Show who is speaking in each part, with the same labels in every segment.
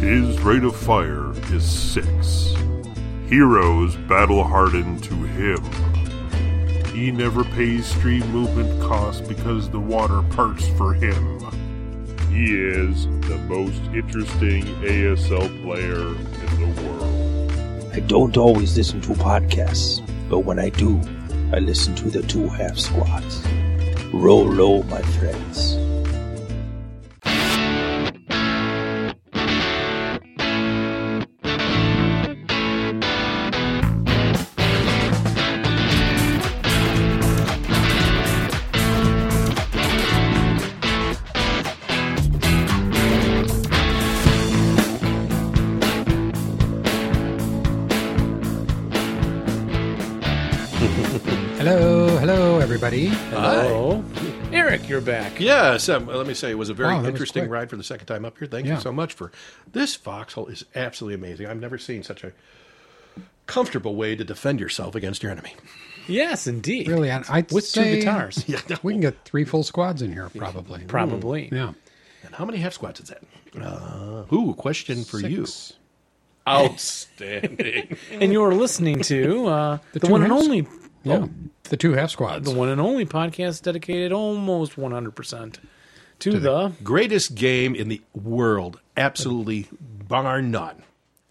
Speaker 1: His rate of fire is six. Heroes battle hardened to him. He never pays stream movement costs because the water parts for him. He is the most interesting ASL player in the world.
Speaker 2: I don't always listen to podcasts, but when I do, I listen to the two half squads. Roll low, my friends.
Speaker 3: Hello, hello, everybody.
Speaker 4: Hello.
Speaker 5: Eric, you're back.
Speaker 4: Yes, um, let me say it was a very
Speaker 3: Wow, that was
Speaker 4: interesting
Speaker 3: quick.
Speaker 4: ride for the second time up here. Thank
Speaker 3: Yeah.
Speaker 4: you so much for this foxhole is absolutely amazing. I've never seen such a comfortable way to defend yourself against your enemy.
Speaker 5: Yes, indeed.
Speaker 3: Really, I- I'd
Speaker 5: With
Speaker 3: say-
Speaker 5: two guitars.
Speaker 4: Yeah, no.
Speaker 3: We can get three full squads in here, probably.
Speaker 5: Probably.
Speaker 3: Yeah.
Speaker 4: And how many half squats is that? Uh, ooh, question for you.
Speaker 3: Six.
Speaker 4: Outstanding.
Speaker 5: And you're listening to uh, the,
Speaker 3: two
Speaker 5: one and
Speaker 3: halves?
Speaker 5: only
Speaker 3: Yeah.
Speaker 5: oh,
Speaker 3: The two half squads.
Speaker 5: the one and only podcast dedicated almost 100% to, the
Speaker 4: Greatest game in the world, absolutely bar none.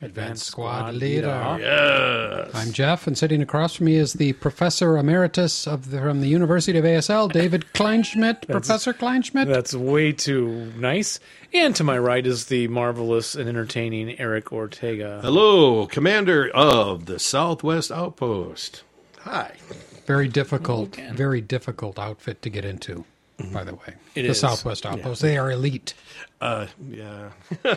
Speaker 3: Advanced squad leader.
Speaker 4: Yes.
Speaker 3: I'm Jeff, and sitting across from me is the professor emeritus of the, from the University of ASL, David Kleinschmidt. professor Kleinschmidt.
Speaker 5: That's way too nice. And to my right is the marvelous and entertaining Eric Ortega.
Speaker 4: Hello, commander of the Southwest Outpost. Hi.
Speaker 3: Very difficult,
Speaker 5: Oh,
Speaker 3: very difficult outfit to get into. By the way,
Speaker 5: Mm-hmm. It
Speaker 3: the
Speaker 5: is.
Speaker 3: Southwest Outpost, they are elite.
Speaker 4: Uh, yeah.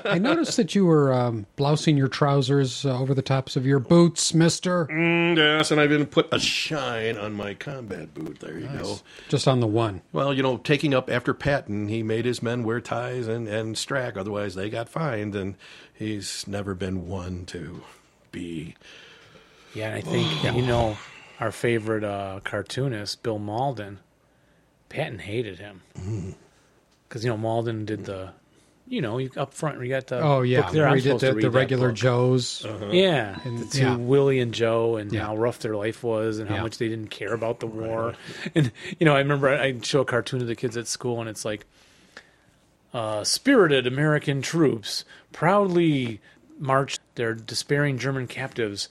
Speaker 3: I noticed that you were um, blousing your trousers uh, over the tops of your boots, mister.
Speaker 5: Mm.
Speaker 4: Yes, and I've even put a shine on my combat boot. There you go.
Speaker 3: Just on the one.
Speaker 4: Well, you know, taking up after Patton, he made his men wear ties and, and strack, otherwise they got fined, and he's never been one to be.
Speaker 5: Yeah, and I think, you know, our favorite uh, cartoonist, Bill Malden, Patton hated him.
Speaker 3: Mm-hmm.
Speaker 5: Because, you know, Malden did the, you know, you up front, you got the.
Speaker 3: Oh yeah,
Speaker 5: book there. I'm
Speaker 3: we did
Speaker 5: supposed to
Speaker 3: the,
Speaker 5: read
Speaker 3: the
Speaker 5: that
Speaker 3: regular
Speaker 5: book. Uh.
Speaker 3: Joes.
Speaker 5: Yeah, the two
Speaker 3: yeah.
Speaker 5: Willie and Joe, and
Speaker 3: Yeah.
Speaker 5: how rough their life was, and how
Speaker 3: Yeah.
Speaker 5: much they didn't care about the war. And you know, I remember I- I'd show a cartoon to the kids at school, and it's like, uh, "Spirited American troops proudly marched their despairing German captives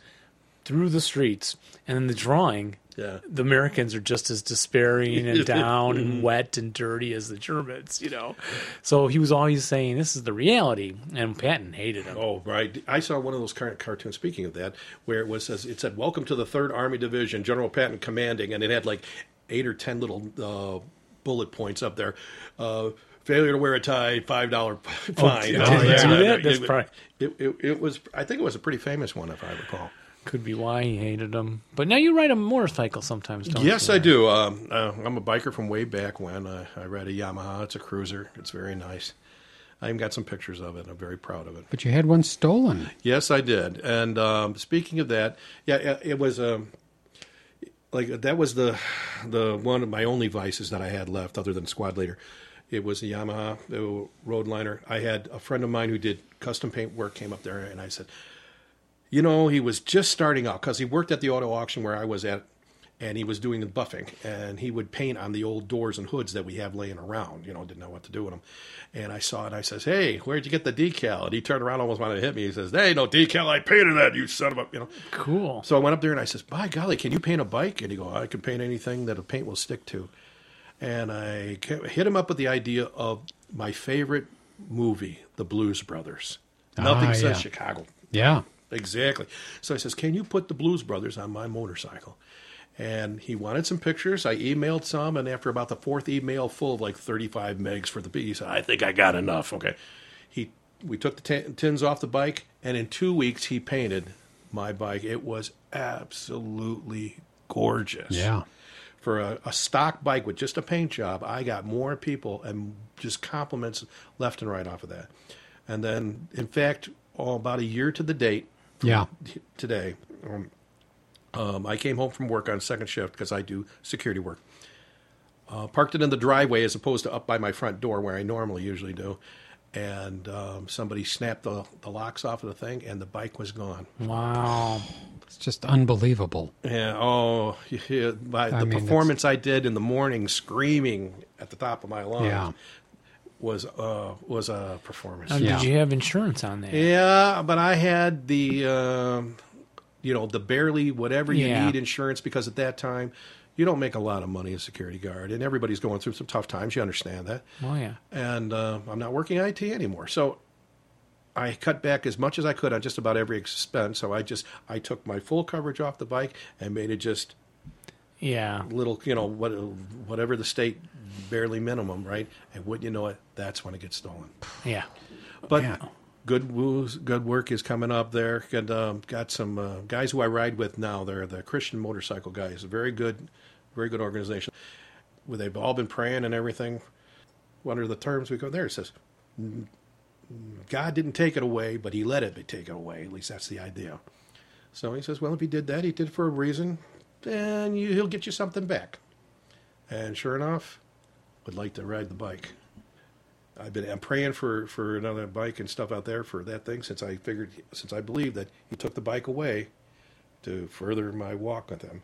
Speaker 5: through the streets," and in the drawing.
Speaker 4: Yeah.
Speaker 5: The Americans are just as despairing and down and wet and dirty as the Germans, you know. So he was always saying, "This is the reality," and Patton hated him.
Speaker 4: Oh, right. I saw one of those current cartoons, speaking of that, where it was says, it said, Welcome to the 3rd Army Division, General Patton commanding, and it had like eight or ten little uh, bullet points up there. Uh, failure to wear a tie, $5 fine.
Speaker 5: did
Speaker 4: Oh,
Speaker 5: they
Speaker 4: yeah.
Speaker 5: do that? That's
Speaker 4: It-
Speaker 5: probably-
Speaker 4: it, it, it was, I think it was a pretty famous one, if I recall.
Speaker 5: Could be why he hated him. But now you ride a motorcycle sometimes, don't
Speaker 4: Yes,
Speaker 5: you?
Speaker 4: I do. Um, uh, I'm a biker from way back when. I, I ride a Yamaha. It's a cruiser. It's very nice. I even got some pictures of it. I'm very proud of it.
Speaker 3: But you had one stolen.
Speaker 4: Yes, I did. And um, speaking of that, yeah, it, it was um, like that was the the one of my only vices that I had left, other than squad leader. It was a Yamaha the Roadliner. I had a friend of mine who did custom paint work came up there, and I said, you know, he was just starting out because he worked at the auto auction where I was at, and he was doing the buffing, and he would paint on the old doors and hoods that we have laying around. You know, didn't know what to do with them. And I saw it. I says, "Hey, where'd you get the decal?" And he turned around, almost wanted to hit me. He says, "There ain't no decal. I painted that. You son of a, you know."
Speaker 5: Cool.
Speaker 4: So I went up there and I says, "By golly, can you paint a bike?" And he go, "I can paint anything that a paint will stick to." And I ca- hit him up with the idea of my favorite movie, The Blues Brothers. Nothing
Speaker 3: Ah,
Speaker 4: says
Speaker 3: yeah.
Speaker 4: Chicago.
Speaker 3: Yeah,
Speaker 4: Exactly. So I says, "Can you put the Blues Brothers on my motorcycle?" And he wanted some pictures. I emailed some, and after about the fourth email, full of like 35 megs for the piece, he said, "I think I got enough." Okay. He, we took the tin tins off the bike, and in two weeks he painted my bike. It was absolutely gorgeous.
Speaker 3: yeah.
Speaker 4: For a, a stock bike with just a paint job, I got more people and just compliments left and right off of that. And then, in fact, oh, about a year to the date,
Speaker 3: Yeah.
Speaker 4: today. Um, um, I came home from work on second shift because I do security work. Uh, parked it in the driveway as opposed to up by my front door where I normally usually do. and um, somebody snapped the, the locks off of the thing, and the bike was gone.
Speaker 5: Wow.
Speaker 3: It's just unbelievable.
Speaker 5: Uh,
Speaker 4: Yeah. Oh, yeah, my, the
Speaker 3: I mean,
Speaker 4: performance I did in the morning, screaming at the top of my lungs,
Speaker 3: Yeah.
Speaker 4: was uh, was a performance.
Speaker 5: Now,
Speaker 3: Yeah.
Speaker 5: Did you have insurance on that?
Speaker 4: Yeah, but I had the, um you know, the barely whatever you
Speaker 5: Yeah.
Speaker 4: need insurance because at that time, you don't make a lot of money as a security guard, and everybody's going through some tough times. You understand that.
Speaker 5: Oh yeah.
Speaker 4: And uh, I'm not working IT anymore, so I cut back as much as I could on just about every expense. So I just I took my full coverage off the bike and made it just
Speaker 5: Yeah.
Speaker 4: little, you know, what, whatever the state barely minimum, right? And wouldn't you know it, that's when it gets stolen.
Speaker 5: Yeah.
Speaker 4: But good woos, good work is coming up there. Got um, got some uh, guys who I ride with now. They're the Christian Motorcycle guys. Very good, very good organization. Well, they've all been praying and everything. What are the terms we go there? It says "N- God didn't take it away, but He let it be taken away. At least that's the idea. So he says, well, if He did that, He did it for a reason, and you, He'll get you something back. And sure enough, would like to ride the bike. I've been I'm praying for for another bike and stuff out there for that thing since I figured since I believe that he took the bike away to further my walk with him.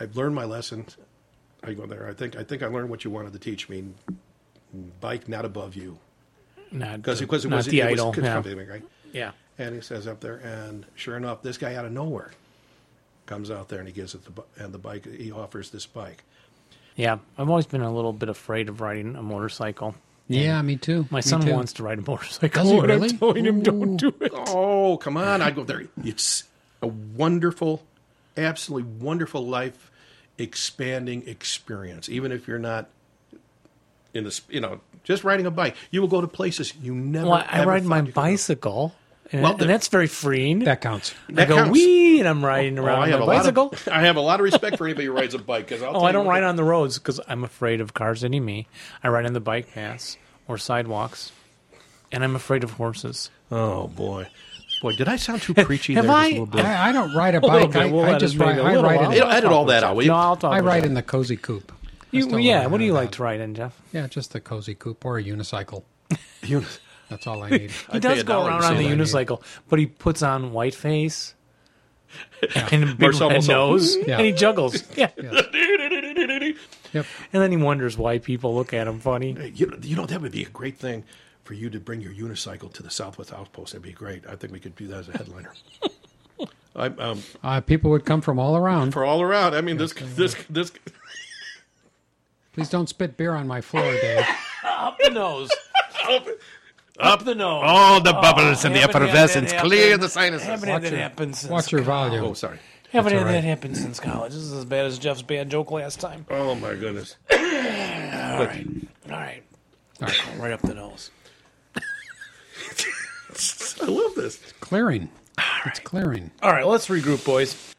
Speaker 4: I've learned my lesson. I go there. I think I think I learned what you wanted to teach me. Bike not above you
Speaker 5: Not
Speaker 4: because
Speaker 5: the-
Speaker 4: because it
Speaker 5: not
Speaker 4: was
Speaker 5: the
Speaker 4: it was
Speaker 5: idol. yeah.
Speaker 4: confronting me, right?
Speaker 5: yeah.
Speaker 4: And he says up there, and sure enough, this guy out of nowhere comes out there and he gives it the bu- and the bike. He offers this bike.
Speaker 5: Yeah. I've always been a little bit afraid of riding a motorcycle.
Speaker 3: Yeah, me too.
Speaker 5: My
Speaker 3: Me
Speaker 5: son
Speaker 3: too.
Speaker 5: wants to ride a motorcycle.
Speaker 3: Does he
Speaker 5: and I'm
Speaker 3: really?
Speaker 5: telling him don't do it.
Speaker 4: Oh, come on. I'd go there. It's a wonderful, absolutely wonderful life expanding experience. Even if you're not in this, you know, just riding a bike, you will go to places you never
Speaker 5: Well, I
Speaker 4: ever
Speaker 5: ride my
Speaker 4: thought you could go.
Speaker 5: bicycle, and,
Speaker 4: Well,
Speaker 5: and
Speaker 4: the-
Speaker 5: that's very freeing.
Speaker 3: That counts.
Speaker 5: I
Speaker 4: That
Speaker 5: go
Speaker 4: counts.
Speaker 5: wee, and I'm riding
Speaker 4: Oh,
Speaker 5: around
Speaker 4: I, have
Speaker 5: on
Speaker 4: a
Speaker 5: my
Speaker 4: lot
Speaker 5: bicycle.
Speaker 4: of, I have a lot of respect for anybody who rides a bike because
Speaker 5: Oh, I don't ride on the roads because I'm afraid of cars hitting me. I ride on the bike paths or sidewalks, and I'm afraid of horses.
Speaker 4: Oh boy, boy, did I sound too preachy
Speaker 5: Have
Speaker 4: there? just
Speaker 5: I-
Speaker 4: a little bit?
Speaker 3: I, I don't ride a bike.
Speaker 5: bit.
Speaker 3: I,
Speaker 5: We'll
Speaker 3: I
Speaker 5: let
Speaker 3: just
Speaker 5: it be
Speaker 3: ride.
Speaker 5: a
Speaker 3: I
Speaker 5: little
Speaker 3: ride
Speaker 5: while.
Speaker 3: in,
Speaker 4: It'll edit all that out. will you?
Speaker 5: No, I'll talk.
Speaker 3: I
Speaker 5: about
Speaker 3: ride
Speaker 5: that.
Speaker 3: in the cozy coupe.
Speaker 5: You-
Speaker 3: That's all
Speaker 5: yeah,
Speaker 3: I
Speaker 5: what do you
Speaker 3: ride
Speaker 5: like
Speaker 3: on.
Speaker 5: to ride in, Jeff?
Speaker 3: Yeah, just the cozy coupe or a unicycle.
Speaker 4: You-
Speaker 3: That's all I need.
Speaker 5: He
Speaker 4: I'd pay
Speaker 5: does
Speaker 4: a
Speaker 5: go
Speaker 4: dollar to
Speaker 5: around
Speaker 4: see
Speaker 5: on the
Speaker 4: that.
Speaker 5: unicycle, but he puts on white face and a big
Speaker 4: Marcel
Speaker 5: red
Speaker 4: Marceau.
Speaker 5: nose,
Speaker 3: Yeah.
Speaker 5: and he juggles. Yeah.
Speaker 3: Yep.
Speaker 5: and then he wonders why people look at him funny.
Speaker 4: Hey, You, you know, that would be a great thing for you to bring your unicycle to the Southwest Outpost. That'd be great. I think we could do that as a headliner. I, um,
Speaker 3: Uh, people would come from all around.
Speaker 4: for all around, I mean, this, this, this.
Speaker 3: Please don't spit beer on my floor, Dave.
Speaker 5: Up the nose. Up, the nose.
Speaker 6: All the bubbles and the
Speaker 5: Oh, haven't had that
Speaker 6: effervescence
Speaker 5: happen.
Speaker 6: clear the sinuses.
Speaker 5: Haven't had that happen since.
Speaker 3: Watch your volume.
Speaker 4: Oh, sorry.
Speaker 5: Haven't had that happen since college. This is as bad as Jeff's bad joke last time.
Speaker 4: Oh my goodness.
Speaker 5: All right, all right, right up the nose.
Speaker 4: I love this.
Speaker 3: Clearing. It's clearing.
Speaker 5: All right, let's regroup, boys.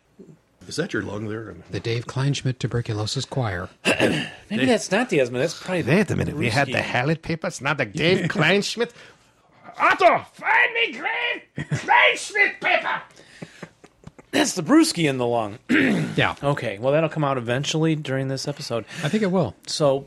Speaker 4: Is that your lung there?
Speaker 3: The Dave Kleinschmidt Tuberculosis Choir.
Speaker 5: Maybe that's not the asthma. That's probably the
Speaker 6: Wait a minute, we had the Hallett papers, not the Dave Kleinschmidt. Otto, find me Dave Kleinschmidt paper.
Speaker 5: that's the brewski in the lung.
Speaker 3: Yeah,
Speaker 5: okay, well that'll come out eventually during this episode.
Speaker 3: I think it will.
Speaker 5: So,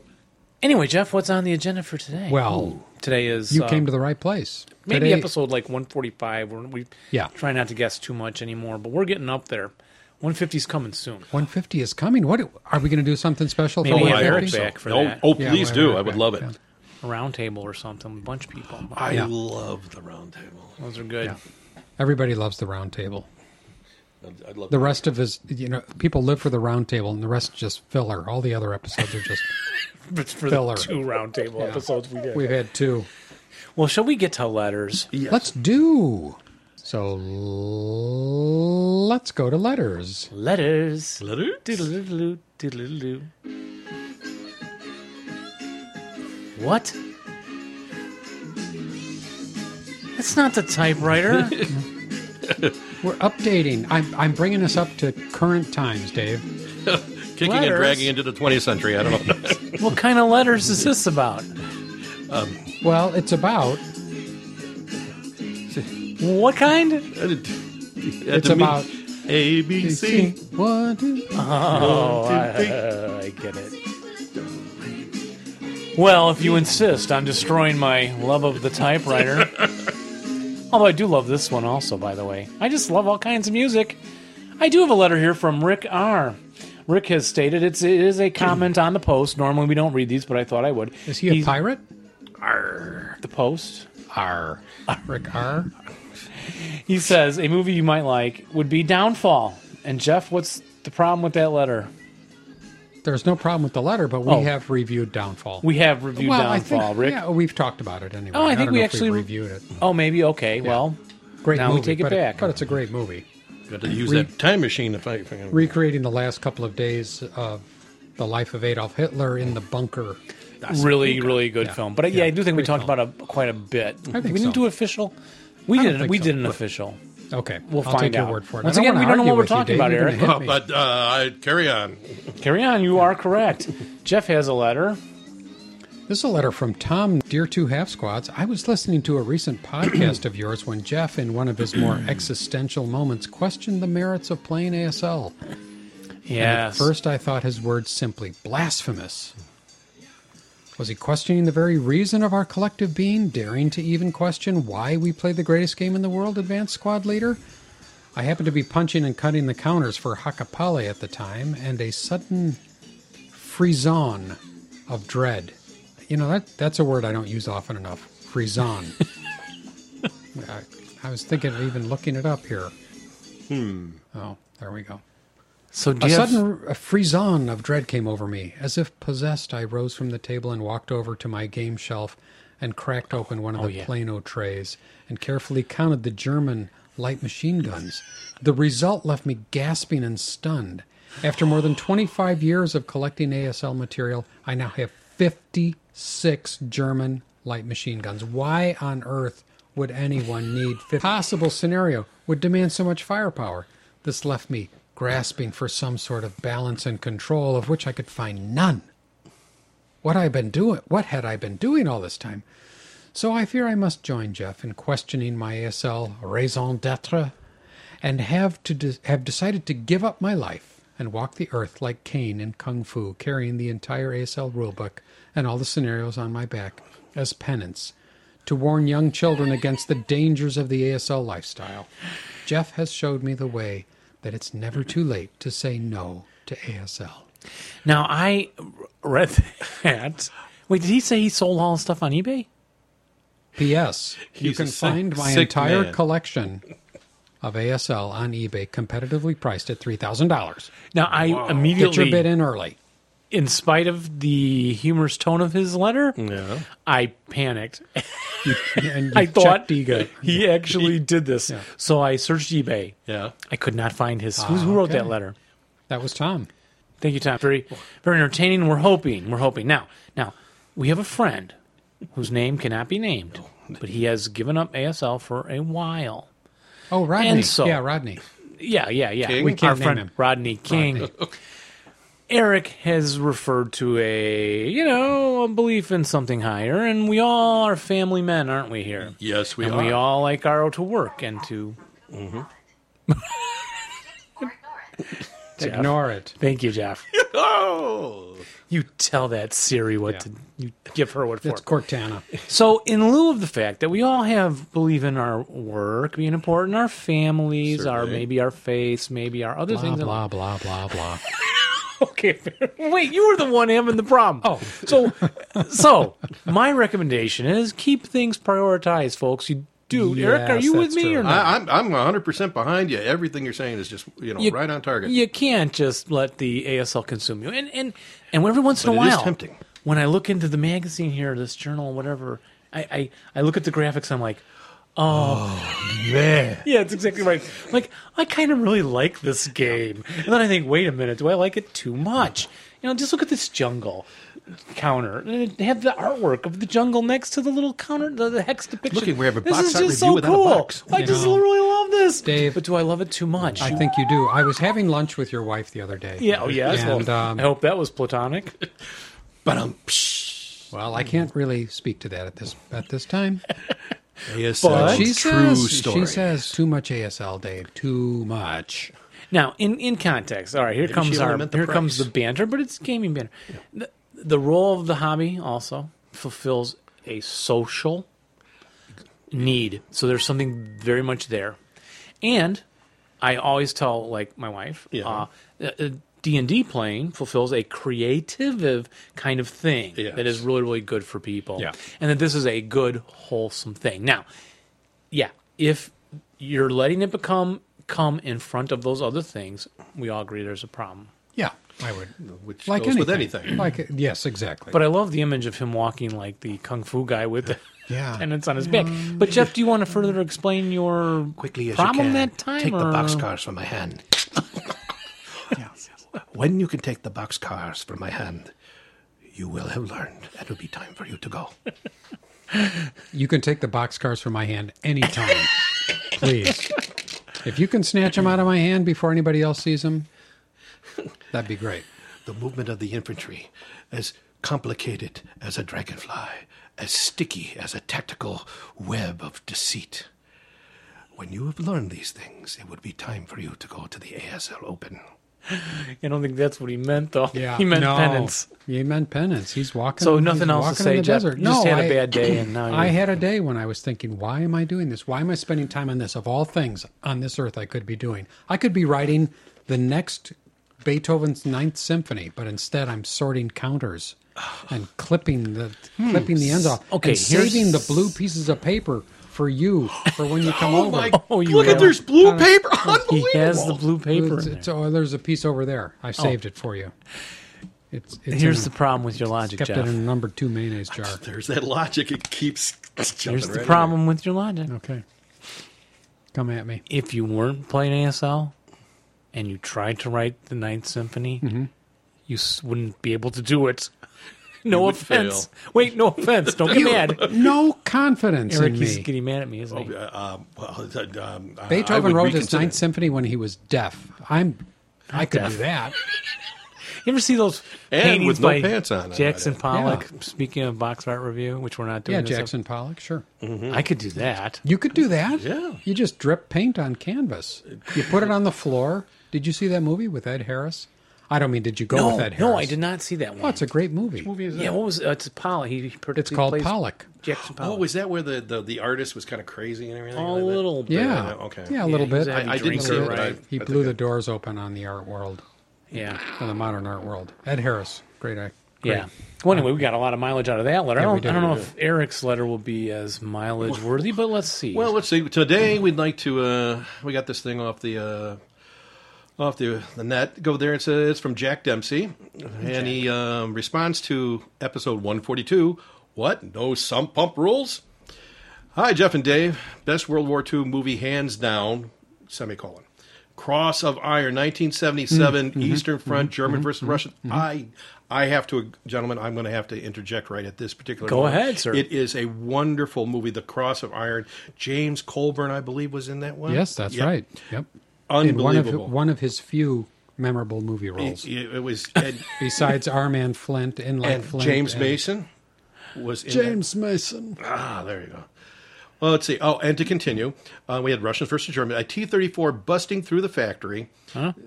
Speaker 5: anyway, Jeff, what's on the agenda for today?
Speaker 3: Well,
Speaker 5: today is
Speaker 3: you
Speaker 5: uh,
Speaker 3: came to the right place.
Speaker 5: maybe
Speaker 3: Today-
Speaker 5: episode like 145. We're, we
Speaker 3: Yeah.
Speaker 5: try not to guess too much anymore, but we're getting up there. 150 is coming soon.
Speaker 3: 150 is coming. What are we going to do something special
Speaker 5: Maybe
Speaker 3: for
Speaker 5: have Eric
Speaker 3: 150?
Speaker 5: back for
Speaker 4: no,
Speaker 5: that.
Speaker 4: Oh,
Speaker 3: Yeah,
Speaker 4: please
Speaker 3: we'll
Speaker 4: do.
Speaker 3: have
Speaker 4: I would
Speaker 3: Eric
Speaker 4: love it.
Speaker 3: back, yeah.
Speaker 5: A round table or something, a bunch of people.
Speaker 4: I
Speaker 3: Yeah.
Speaker 4: love the round table.
Speaker 5: Those are good.
Speaker 3: Everybody loves the round table.
Speaker 4: I'd, I'd love
Speaker 3: The rest of his, you know, people live for the round table, and the rest is just filler. All the other episodes are just.
Speaker 5: But for
Speaker 3: Filler.
Speaker 5: the two roundtable episodes we did.
Speaker 3: We've had two.
Speaker 5: Well, shall we get to letters?
Speaker 3: Let's do. So let's go to letters.
Speaker 5: Letters.
Speaker 4: Letters?
Speaker 5: Doodle-doodle-doo, doodle-doodle-doo. What? That's not the typewriter.
Speaker 3: We're updating. I'm, I'm bringing us up to current times, Dave.
Speaker 4: Kicking and
Speaker 5: letters.
Speaker 4: dragging into the 20th century. I don't know.
Speaker 5: what kind of letters is this about?
Speaker 3: Well, it's about.
Speaker 5: What kind?
Speaker 4: it's
Speaker 3: It's about.
Speaker 4: A, B, C.
Speaker 3: One, two,
Speaker 5: Oh,
Speaker 4: One, two,
Speaker 5: I, I get it. Well, if you insist on destroying my love of the typewriter. Although I do love this one also, by the way. I just love all kinds of music. I do have a letter here from Rick R. Rick has stated it's, it is a comment on the post. Normally we don't read these, but I thought I would.
Speaker 3: Is he a
Speaker 5: He's-
Speaker 3: pirate?
Speaker 5: The post?
Speaker 6: R.
Speaker 3: Rick R.
Speaker 5: He says a movie you might like would be Downfall. And Jeff, what's the problem with that letter?
Speaker 3: There's no problem with the letter, but we
Speaker 5: Oh.
Speaker 3: have reviewed Downfall.
Speaker 5: We have reviewed
Speaker 3: well,
Speaker 5: Downfall,
Speaker 3: I think,
Speaker 5: Rick.
Speaker 3: Yeah, we've talked about it anyway.
Speaker 5: Oh, I think
Speaker 3: don't
Speaker 5: we
Speaker 3: know if
Speaker 5: actually-
Speaker 3: we've reviewed it.
Speaker 5: Oh, maybe. Okay. Well,
Speaker 3: Great
Speaker 5: Now we
Speaker 3: movie,
Speaker 5: take it
Speaker 3: but
Speaker 5: back.
Speaker 3: but it's a great movie.
Speaker 4: Got to use
Speaker 3: Re-
Speaker 4: that time machine if I. If I
Speaker 3: Recreating the last couple of days of the life of Adolf Hitler in the bunker.
Speaker 5: really, really good
Speaker 3: Yeah.
Speaker 5: film. But yeah,
Speaker 3: Yeah.
Speaker 5: I do think we
Speaker 3: Great
Speaker 5: talked
Speaker 3: film.
Speaker 5: about it quite a bit.
Speaker 3: I think
Speaker 5: we didn't
Speaker 3: so.
Speaker 5: do official. We
Speaker 3: I don't
Speaker 5: did. not
Speaker 3: think
Speaker 5: We
Speaker 3: so,
Speaker 5: did an
Speaker 3: but-
Speaker 5: official.
Speaker 3: Okay,
Speaker 5: We'll
Speaker 3: I'll
Speaker 5: find
Speaker 3: take
Speaker 5: out.
Speaker 3: your word for it.
Speaker 5: Once
Speaker 3: I
Speaker 5: again,
Speaker 3: wanna
Speaker 5: we don't know
Speaker 3: argue
Speaker 5: what we're
Speaker 3: with you,
Speaker 5: talking
Speaker 3: Dave.
Speaker 5: about,
Speaker 3: You're gonna
Speaker 5: Eric.
Speaker 3: hit
Speaker 4: Well,
Speaker 3: me.
Speaker 4: but uh, I carry on.
Speaker 5: Carry on. You are correct. Jeff has a letter.
Speaker 3: This is a letter from Tom, dear two half squads. I was listening to a recent podcast of yours when Jeff, in one of his more existential moments, questioned the merits of plain ASL. And
Speaker 5: Yes.
Speaker 3: At first, I thought his words simply blasphemous. Was he questioning the very reason of our collective being, daring to even question why we play the greatest game in the world, Advanced Squad Leader? I happened to be punching and cutting the counters for Hakapale at the time, and a sudden frisson of dread. You know, that that's a word I don't use often enough. Frisson. I, I was thinking of even looking it up here. Hmm. Oh, there we go.
Speaker 5: so do
Speaker 3: A
Speaker 5: you have-
Speaker 3: sudden a frisson of dread came over me. As if possessed, I rose from the table and walked over to my game shelf and cracked open one of the
Speaker 5: Oh, yeah.
Speaker 3: Plano trays and carefully counted the German light machine guns. the result left me gasping and stunned. After more than 25 years of collecting ASL material, I now have 56 German light machine guns. Why on earth would anyone need 50? Possible scenario would demand so much firepower. This left me grasping for some sort of balance and control of which I could find none. What I been doing? What had I been doing all this time? So I fear I must join Jeff in questioning my ASL raison d'être, and have to de- have decided to give up my life and walk the earth like Cain in Kung Fu, carrying the entire ASL rulebook and all the scenarios on my back as penance to warn young children against the dangers of the ASL lifestyle. Jeff has showed me the way that it's never too late to say no to ASL.
Speaker 5: now I read that. Wait, did he say he sold all his stuff on eBay?
Speaker 3: P.S. You
Speaker 4: He's
Speaker 3: can
Speaker 4: a sick-
Speaker 3: find my
Speaker 4: sick
Speaker 3: entire
Speaker 4: man.
Speaker 3: collection of ASL on eBay, competitively priced at three thousand dollars.
Speaker 5: Now I
Speaker 3: Get your
Speaker 5: immediately,
Speaker 3: bid
Speaker 5: in.
Speaker 3: in early.
Speaker 5: spite of the humorous tone of his letter,
Speaker 4: Yeah.
Speaker 5: I panicked.
Speaker 3: And you
Speaker 5: I thought
Speaker 3: checked eBay.
Speaker 5: he actually did this. So I searched eBay.
Speaker 4: Yeah.
Speaker 5: I could not find his. who's who wrote that
Speaker 3: okay.
Speaker 5: letter?
Speaker 3: That was Tom.
Speaker 5: Thank you, Tom. Very, very entertaining. We're hoping. We're hoping. Now, now, we have a friend whose name cannot be named, but he has given up ASL for a while.
Speaker 3: Oh, Rodney.
Speaker 5: And so-
Speaker 3: yeah, Rodney.
Speaker 5: Yeah, yeah, yeah.
Speaker 4: King?
Speaker 3: We can't
Speaker 5: Our
Speaker 3: name
Speaker 5: friend
Speaker 3: him.
Speaker 5: Rodney King. Eric has referred to a, you know, a belief in something higher, and we all are family men, aren't we? Here,
Speaker 4: Yes, we
Speaker 5: and
Speaker 4: are.
Speaker 5: we all like our to work and to.
Speaker 3: Ignore it.
Speaker 5: Thank you, Jeff.
Speaker 4: Oh.
Speaker 5: You tell that Siri what
Speaker 3: Yeah.
Speaker 5: to. You give her what for.
Speaker 3: It's Cortana.
Speaker 5: So, in lieu of the fact that we all have believe in our work being important, our families, our
Speaker 4: Certainly.
Speaker 5: maybe our faith, maybe our other
Speaker 3: Blah
Speaker 5: things. in
Speaker 3: blah blah blah blah.
Speaker 5: Okay, fair. wait, you were the one having the problem. Oh, so so my recommendation is keep things prioritized, folks. You do, Eric. Are
Speaker 3: Yes,
Speaker 5: you with
Speaker 3: that's
Speaker 5: me
Speaker 3: true.
Speaker 5: or not?
Speaker 4: I, I'm I'm 100 percent behind you. Everything you're saying is just you know
Speaker 5: You-
Speaker 4: right on target.
Speaker 5: You can't just let the ASL consume you. And and and every once in a
Speaker 4: But it is
Speaker 5: while,
Speaker 4: tempting.
Speaker 5: when I look into the magazine here, this journal, whatever, I I, I look at the graphics. I'm like. Oh, man. Yeah, it's exactly right. Like, I kind of really like this game. And then I think, wait a minute, do I like it too much? You know, just look at this jungle counter. And it have the artwork of the jungle next to the little counter, the, the hex depiction.
Speaker 4: Look, we have a
Speaker 5: this
Speaker 4: box
Speaker 5: is
Speaker 4: art
Speaker 5: just
Speaker 4: review
Speaker 5: so
Speaker 4: without a
Speaker 5: cool.
Speaker 4: box.
Speaker 5: I
Speaker 3: You
Speaker 5: just
Speaker 3: know,
Speaker 5: really love this.
Speaker 3: Dave,
Speaker 5: but do I love it too much?
Speaker 3: I think you do. I was having lunch with your wife the other day.
Speaker 5: Yeah, oh yes.
Speaker 3: And,
Speaker 5: well,
Speaker 3: um,
Speaker 5: I hope that was platonic.
Speaker 4: But um, psh,
Speaker 3: Well, I can't really speak to that at this at this time.
Speaker 4: yes,
Speaker 5: But-
Speaker 4: but
Speaker 3: She
Speaker 4: true
Speaker 3: says
Speaker 4: story.
Speaker 3: she says too much ASL, Dave. Too much.
Speaker 5: Now, in in context, all right, here
Speaker 4: Maybe she
Speaker 5: comes
Speaker 4: only
Speaker 5: our
Speaker 4: meant the
Speaker 5: here comes the
Speaker 4: price.
Speaker 5: banter, but it's gaming banter. The, the role of the hobby also fulfills a social need. So there's something very much there. And I always tell like my wife,
Speaker 4: Yeah.
Speaker 5: uh, uh, D&D playing fulfills a creative kind of thing
Speaker 4: Yes.
Speaker 5: that is really really good for people.
Speaker 4: Yeah.
Speaker 5: And that this is a good wholesome thing. Now, yeah, if you're letting it become come in front of those other things, we all agree there's a problem.
Speaker 3: Yeah, I would.
Speaker 4: which
Speaker 3: Like
Speaker 4: goes
Speaker 3: anything.
Speaker 4: with anything.
Speaker 3: Like yes, exactly.
Speaker 5: But I love the image of him walking like the kung fu guy with the
Speaker 3: yeah,
Speaker 5: tenants on his back. But Jeff, do you want to further explain your
Speaker 6: Quickly as
Speaker 5: problem
Speaker 6: you can.
Speaker 5: that time?
Speaker 6: Take the
Speaker 5: or-
Speaker 6: boxcars from my hand. When you can take the boxcars from my hand, you will have learned. It'll be time for you to go.
Speaker 3: you can take the boxcars from my hand anytime, please. If you can snatch them out of my hand before anybody else sees them, that'd be great.
Speaker 6: The movement of the infantry, as complicated as a dragonfly, as sticky as a tactical web of deceit. When you have learned these things, it would be time for you to go to the ASL Open.
Speaker 5: I don't think that's what he meant, though. he meant
Speaker 3: no.
Speaker 5: penance.
Speaker 3: He meant penance. He's walking.
Speaker 5: So nothing
Speaker 3: he's
Speaker 5: else
Speaker 3: walking
Speaker 5: to
Speaker 3: in
Speaker 5: say,
Speaker 3: the
Speaker 5: Jeff.
Speaker 3: desert.
Speaker 5: You just
Speaker 3: no,
Speaker 5: had a
Speaker 3: I-
Speaker 5: bad day, and now
Speaker 3: I
Speaker 5: you're-
Speaker 3: had a day when I was thinking, why am I doing this? Why am I spending time on this? Of all things on this earth, I could be doing. I could be writing the next Beethoven's Ninth Symphony, but instead, I'm sorting counters and clipping the clipping the ends off.
Speaker 5: Hmm. Okay,
Speaker 3: and
Speaker 5: here's-
Speaker 3: saving the blue pieces of paper for you for when you come
Speaker 4: Oh
Speaker 3: over.
Speaker 4: my!
Speaker 5: Oh, you
Speaker 4: look
Speaker 5: are-
Speaker 4: at there's blue paper. Unbelievable.
Speaker 5: He has the blue paper.
Speaker 3: It's-
Speaker 5: in
Speaker 3: it's-
Speaker 5: there.
Speaker 3: oh, there's a piece over there. I saved it for you. It's, it's
Speaker 5: Here's
Speaker 3: in
Speaker 5: the
Speaker 3: a-
Speaker 5: problem with your logic,
Speaker 3: kept it
Speaker 5: Jeff.
Speaker 3: in a number two mayonnaise
Speaker 6: Uh,
Speaker 3: jar.
Speaker 4: There's that logic. It keeps. jumping
Speaker 5: Here's
Speaker 4: right
Speaker 5: the
Speaker 4: in.
Speaker 5: problem with your logic.
Speaker 3: Okay. Come at me.
Speaker 5: If you weren't playing ASL and you tried to write the Ninth Symphony, you s- wouldn't be able to do it. No
Speaker 4: would
Speaker 5: offense. Wait, no offense. Don't get mad.
Speaker 3: No confidence
Speaker 5: Eric,
Speaker 3: in
Speaker 5: he's
Speaker 3: me.
Speaker 5: getting mad at me, isn't
Speaker 6: Oh,
Speaker 5: he?
Speaker 4: Um, well, uh, um, I- I
Speaker 3: Beethoven
Speaker 4: would
Speaker 3: wrote his
Speaker 4: reconsider.
Speaker 3: Ninth Symphony when he was deaf. I'm, I could do that.
Speaker 5: You ever see those
Speaker 4: And
Speaker 5: paintings
Speaker 4: with no
Speaker 5: by
Speaker 4: pants on, I might
Speaker 5: Jackson
Speaker 4: add.
Speaker 5: Pollock? Speaking of box art review, which we're not doing.
Speaker 3: Yeah, Mm-hmm.
Speaker 5: this
Speaker 3: Jackson Pollock, sure.
Speaker 5: ep- I could do that.
Speaker 3: You could do that.
Speaker 4: Yeah.
Speaker 3: You just drip paint on canvas. You put it on the floor. Did you see that movie with Ed Harris? I don't mean did you go
Speaker 5: no,
Speaker 3: with Ed Harris?
Speaker 5: no, I did not see that
Speaker 3: Oh,
Speaker 5: one.
Speaker 3: it's a great movie.
Speaker 5: yeah, what was uh, it's Pollock? He, he
Speaker 3: It's called
Speaker 5: plays
Speaker 3: Pollock.
Speaker 5: Jackson
Speaker 4: Oh,
Speaker 5: Pollock.
Speaker 4: was that where the, the, the artist was kind of crazy and everything?
Speaker 5: a
Speaker 4: like that?
Speaker 5: little bit.
Speaker 3: Yeah.
Speaker 4: okay.
Speaker 3: Yeah, a little
Speaker 5: Yeah,
Speaker 3: bit.
Speaker 5: he's a
Speaker 4: I, I didn't
Speaker 5: drinker,
Speaker 4: see it. but
Speaker 5: right?
Speaker 4: I-
Speaker 3: he
Speaker 4: I
Speaker 3: blew
Speaker 4: think
Speaker 3: the doors open on the art world,
Speaker 5: Yeah,
Speaker 3: on the uh, modern art world. Ed Harris, great act. great-
Speaker 5: yeah. Well, anyway, we got a lot of mileage out of that letter. I
Speaker 3: Yeah, we
Speaker 5: don't,
Speaker 3: did,
Speaker 5: I don't
Speaker 3: we
Speaker 5: know
Speaker 3: did.
Speaker 5: if Eric's letter will be as mileage worthy, but let's see.
Speaker 4: Well, let's see. Today we'd like to. Uh, we got this thing off the uh, off the the net. Go there. It's uh, it's from Jack Dempsey, and he um, responds to episode one forty two. What? No sump pump rules? Hi, Jeff and Dave. Best World War II movie, hands down. Semicolon. Cross of Iron, 1977,
Speaker 5: Mm-hmm.
Speaker 4: Eastern Front, German versus Russian. I, I have to, gentlemen, I'm going to have to interject right at this particular.
Speaker 5: Go
Speaker 4: moment.
Speaker 5: ahead, sir.
Speaker 4: It is a wonderful movie, The Cross of Iron. James Colburn, I believe, was in that one.
Speaker 3: Yes, that's
Speaker 4: Yeah.
Speaker 3: right. Yep. In one of
Speaker 4: Unbelievable.
Speaker 3: one of his few memorable movie roles.
Speaker 4: it, it- it was and,
Speaker 3: besides our man Flint and like
Speaker 4: and
Speaker 3: Flint
Speaker 4: James
Speaker 3: and-
Speaker 4: Mason was in that-
Speaker 3: Mason.
Speaker 4: Ah, there you go. Well, let's see. Oh, and to continue, uh, we had Russians versus Germans. A T thirty four busting through the factory.
Speaker 5: Huh? We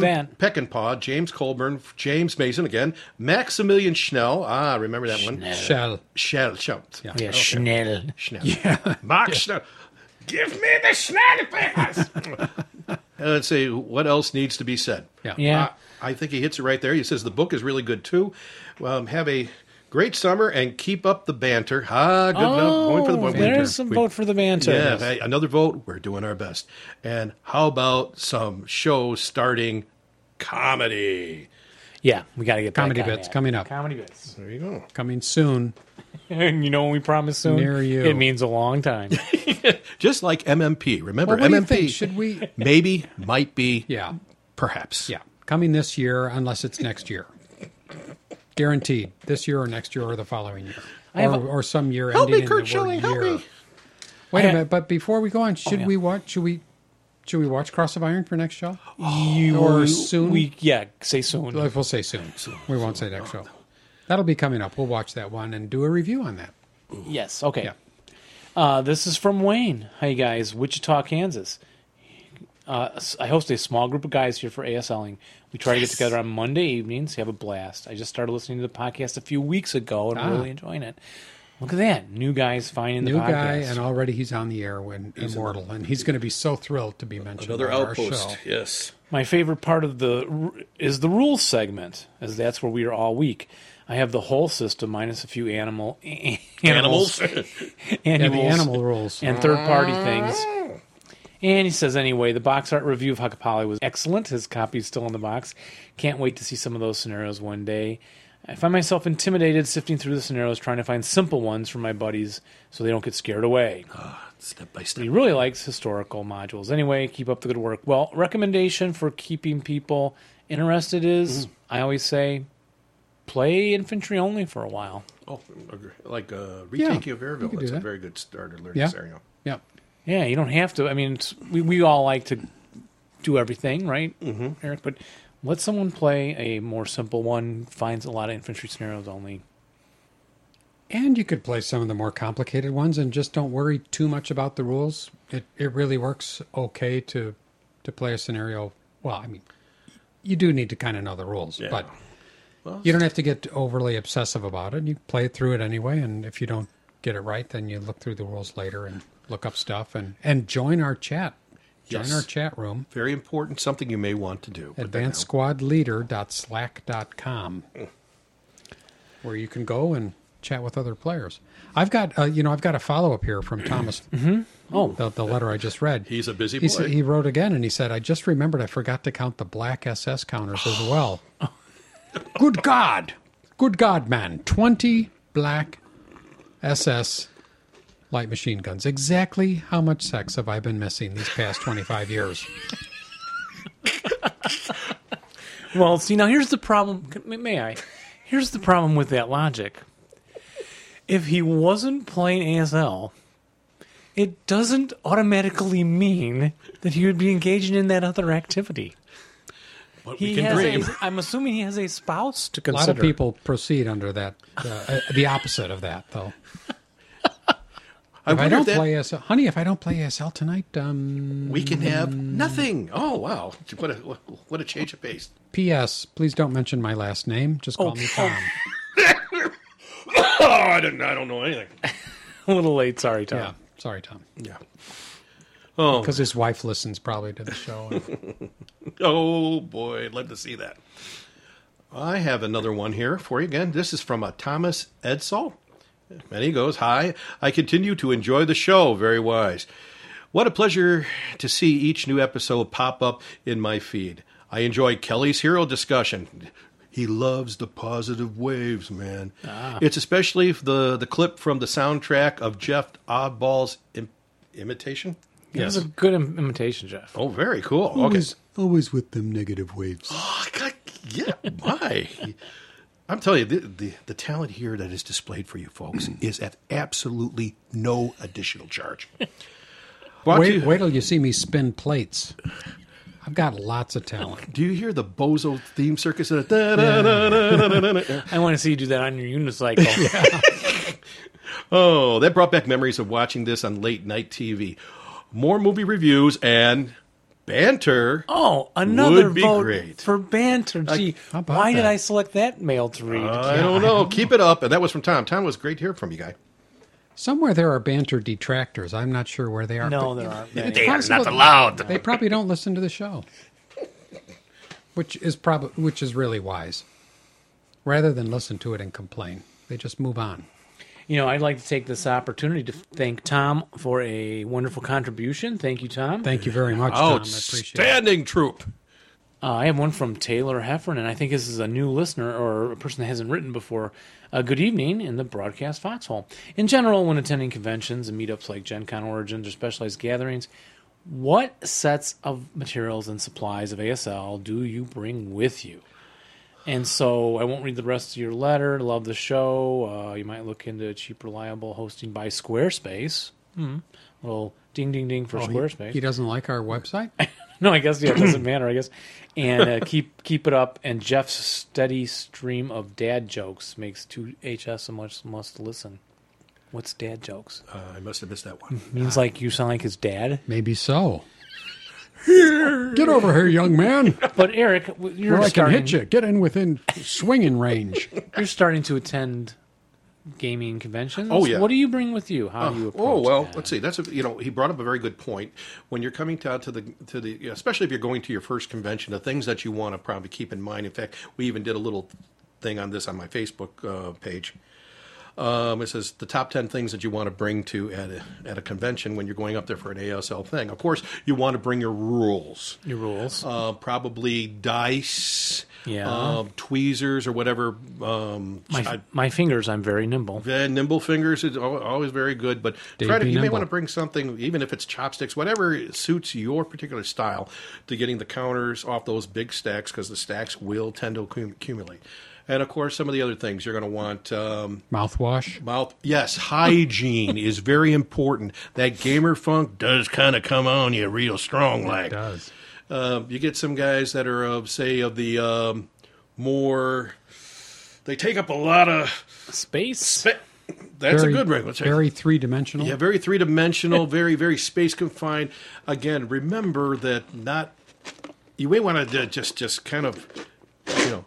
Speaker 5: like that.
Speaker 4: Peckinpah, James Colburn, James Mason again, Maximilian Schnell. Ah, remember that one?
Speaker 3: Shell.
Speaker 4: Schell, Schell. Yeah.
Speaker 5: Yeah, Schnell.
Speaker 4: Schnell. Mark Schnell. Give me the Schnell papers. Uh, let's see. What else needs to be said?
Speaker 3: Yeah.
Speaker 5: Yeah.
Speaker 4: Uh, I think he hits it right there. He says the book is really good too. Um, have a great summer and keep up the banter. Ah, good enough. Going for the
Speaker 5: Oh,
Speaker 4: vote.
Speaker 5: there's some
Speaker 4: We-
Speaker 5: vote for the banter.
Speaker 4: yeah, hey, another vote. We're doing our best. And how about some show starting comedy?
Speaker 5: Yeah, we got to get back
Speaker 3: Comedy
Speaker 5: on
Speaker 3: bits
Speaker 5: that.
Speaker 3: coming up.
Speaker 5: Comedy bits.
Speaker 4: There you go.
Speaker 3: Coming soon.
Speaker 5: And you know when we promise soon?
Speaker 3: Near you.
Speaker 5: It means a long time.
Speaker 4: Just like MMP. Remember
Speaker 3: Well, what do you
Speaker 4: MMP?
Speaker 3: think? Should we?
Speaker 4: maybe, might be,
Speaker 3: Yeah.
Speaker 4: perhaps.
Speaker 3: Yeah. Coming this year, unless it's next year. Guaranteed. This year or next year or the following year. Or,
Speaker 5: have a-
Speaker 3: or some year
Speaker 4: Help
Speaker 3: ending
Speaker 4: me, Kurt
Speaker 3: in the word
Speaker 4: Schilling. Help
Speaker 3: year.
Speaker 4: me.
Speaker 3: Wait
Speaker 5: I
Speaker 3: a
Speaker 5: ha-
Speaker 3: minute, but before we go on, should
Speaker 5: yeah.
Speaker 3: we watch should we should we watch Cross of Iron for next show?
Speaker 5: you
Speaker 3: Or soon?
Speaker 5: We yeah, say soon.
Speaker 3: Like, We'll say soon. We won't say next show. That'll be coming up. We'll watch that one and do a review on that.
Speaker 5: yes. Okay.
Speaker 3: Yeah.
Speaker 5: Uh, this is from Wayne. Hi guys, Wichita, Kansas. Uh, s- I host a small group of guys here for ASLing. We try to get together on Monday evenings, have a blast. I just started listening to the podcast a few weeks ago and
Speaker 3: Ah.
Speaker 5: really enjoying it. Look at that. New guys finding
Speaker 3: New
Speaker 5: the podcast.
Speaker 3: guy, and already he's on the air when immortal, and he's going to be so thrilled to be mentioned
Speaker 4: Another
Speaker 3: on our
Speaker 4: outpost.
Speaker 3: show.
Speaker 4: Yes.
Speaker 5: My favorite part of the r- is the rules segment, as that's where we are all week. I have the whole system minus a few animal animals,
Speaker 3: Yeah, the
Speaker 5: animals,
Speaker 3: animal rules.
Speaker 5: and third party things. And he says anyway, the box art review of Hakapali was excellent. His copy is still in the box. Can't wait to see some of those scenarios one day. I find myself intimidated sifting through the scenarios, trying to find simple ones for my buddies so they don't get scared away.
Speaker 6: Step by
Speaker 5: He
Speaker 6: step.
Speaker 5: really likes historical modules. Anyway, keep up the good work. Well, recommendation for keeping people interested is I always say play infantry only for a while.
Speaker 4: Oh, agree. like uh, retaking
Speaker 3: Yeah,
Speaker 4: of
Speaker 3: you
Speaker 4: Airville.
Speaker 3: could
Speaker 4: That's
Speaker 3: do
Speaker 4: a
Speaker 3: that.
Speaker 4: very good starter learning
Speaker 3: Yeah.
Speaker 4: scenario.
Speaker 3: Yep.
Speaker 5: Yeah, you don't have to. I mean, it's, we, we all like to do everything, right, mm-hmm. Eric? But let someone play a more simple one, finds a lot of infantry scenarios only.
Speaker 3: And you could play some of the more complicated ones, and just don't worry too much about the rules. It it really works okay to to play a scenario. Well, I mean, you do need to kind of know the rules, but you don't have to get overly obsessive about it. You play through it anyway, and if you don't get it right, then you look through the rules later and look up stuff and and join our chat. Join
Speaker 4: Yes.
Speaker 3: our chat room.
Speaker 4: Very important. Something you may want to do. Put that down.
Speaker 3: advancedsquadleader.slack.com where you can go and chat with other players. I've got uh, you know I've got a follow up here from Thomas.
Speaker 5: Oh.
Speaker 3: the, the letter I just read.
Speaker 4: Mm-hmm. He's a busy
Speaker 3: He said,
Speaker 4: boy.
Speaker 3: he wrote again and he said I just remembered I forgot to count the black SS counters as well. Good God, good God, man! Twenty black SS light machine guns. Exactly how much sex have I been missing these past twenty five years?
Speaker 5: Well, see, now here's the problem. Can- may- May I? Here's the problem with that logic. If he wasn't playing ASL, it doesn't automatically mean that he would be engaging in that other activity. He has a, I'm assuming he has a spouse to
Speaker 3: A
Speaker 5: consider.
Speaker 3: lot of people proceed under that, uh, the opposite of that, though.
Speaker 4: I
Speaker 3: If I
Speaker 4: wonder
Speaker 3: don't
Speaker 4: if that
Speaker 3: play ASL, honey, if I don't play ASL tonight, um,
Speaker 4: we can have nothing. Oh wow! What a what a change of pace.
Speaker 3: P.S. Please don't mention my last name. Just call
Speaker 5: Oh,
Speaker 3: me
Speaker 5: oh.
Speaker 3: Tom.
Speaker 4: Oh, I don't I don't know anything.
Speaker 5: a little late. Sorry, Tom.
Speaker 3: Yeah, sorry, Tom,
Speaker 4: Yeah. Oh
Speaker 3: because his wife listens probably to the show.
Speaker 4: Oh boy, I'd love to see that. I have another one here for you again. This is from a Thomas Edsel. And he goes, Hi, I continue to enjoy the show. Very wise. What a pleasure to see each new episode pop up in my feed. I enjoy Kelly's hero discussion. He loves the positive waves, man. It's especially the, the clip from the soundtrack of Jeff Oddball's Im- imitation.
Speaker 5: That was a good Im- imitation, Jeff.
Speaker 4: Oh, very cool. Okay.
Speaker 7: always with them negative waves.
Speaker 4: Oh, God, yeah, why? I'm telling you, the, the, the talent here that is displayed for you folks is at absolutely no additional charge. Brought to
Speaker 3: wait,
Speaker 4: you-
Speaker 3: wait till you see me spin plates. I've got lots of talent.
Speaker 4: Do you hear the Bozo theme circus? Da- da- da- da- da- da- da- da.
Speaker 5: I want to see you do that on your unicycle.
Speaker 4: Oh, that brought back memories of watching this on late night TV. More movie reviews and banter.
Speaker 5: Oh, another
Speaker 4: Would be
Speaker 5: vote
Speaker 4: great.
Speaker 5: for banter. Gee,
Speaker 3: how about
Speaker 5: why did
Speaker 3: that?
Speaker 5: I select that mail to read?
Speaker 4: I don't know. Keep it up. And that was from Tom. Tom it was great to hear from you, guy.
Speaker 3: Somewhere there are banter detractors. I'm not sure where they are. but
Speaker 5: no, there aren't.
Speaker 3: it's
Speaker 5: many.
Speaker 3: possible-
Speaker 7: allowed.
Speaker 3: They probably don't listen to the show, which is probably which is really wise. Rather than listen to it and complain, they just move on.
Speaker 5: You know, I'd like to take this opportunity to thank Tom for a wonderful contribution. Thank you, Tom.
Speaker 3: Thank you very much, Tom. I appreciate it.
Speaker 4: Outstanding troop.
Speaker 5: Uh, I have one from Taylor Heffern, and I think this is a new listener or a person that hasn't written before. Uh, good evening in the broadcast foxhole. In general, when attending conventions and meetups like Gen Con Origins or specialized gatherings, what sets of materials and supplies of ASL do you bring with you? And so I won't read the rest of your letter. Love the show. Uh, you might look into cheap, reliable hosting by Squarespace. Hmm. Well, ding, ding, ding for Squarespace.
Speaker 3: Oh, He doesn't like our website.
Speaker 5: No, I guess yeah, it doesn't matter. I guess, and uh, keep keep it up. And Jeff's steady stream of dad jokes makes two HS a much must listen. What's dad jokes? Mm-hmm.
Speaker 4: Uh, I must have missed that one.
Speaker 5: Means like you sound like his dad.
Speaker 3: Maybe so. here. Get over here, young man.
Speaker 5: But Eric, w- you're
Speaker 3: Or I can
Speaker 5: starting,
Speaker 3: hit you. Get in within swinging range.
Speaker 5: You're starting to attend gaming conventions.
Speaker 4: Oh, yeah.
Speaker 5: What do you bring with you? How do you? Approach
Speaker 4: Oh well,
Speaker 5: that?
Speaker 4: let's see. That's a you know he brought up a very good point. When you're coming down to the to the especially if you're going to your first convention, the things that you want to probably keep in mind. In fact, we even did a little thing on this on my Facebook uh, page. Um, it says the top ten things that you want to bring to at a, at a convention when you're going up there for an ASL thing. Of course, you want to bring your rules
Speaker 5: your rules.
Speaker 4: uh, probably dice,
Speaker 5: Yeah.
Speaker 4: um, tweezers, or whatever. Um,
Speaker 5: my,
Speaker 4: I-
Speaker 5: my fingers. I'm very nimble.
Speaker 4: the nimble fingers is al- always very good, but
Speaker 3: Dave,
Speaker 4: try to,
Speaker 3: be
Speaker 4: you may
Speaker 3: nimble.
Speaker 4: want to bring something, even if it's chopsticks, whatever suits your particular style, to getting the counters off those big stacks because the stacks will tend to accum- accumulate. And of course, some of the other things you're going to want. Um,
Speaker 3: Mouthwash.
Speaker 4: mouth. Yes, hygiene is very important. That gamer funk does kind of come on you real strong, like
Speaker 3: does.
Speaker 4: Uh, you get some guys that are of say of the um, more. They take up a lot of.
Speaker 5: Space.
Speaker 4: That's a good ring. Let's say-
Speaker 3: Very three dimensional.
Speaker 4: yeah, very three dimensional, very very space confined. Again, remember that not you may want to just just kind of you know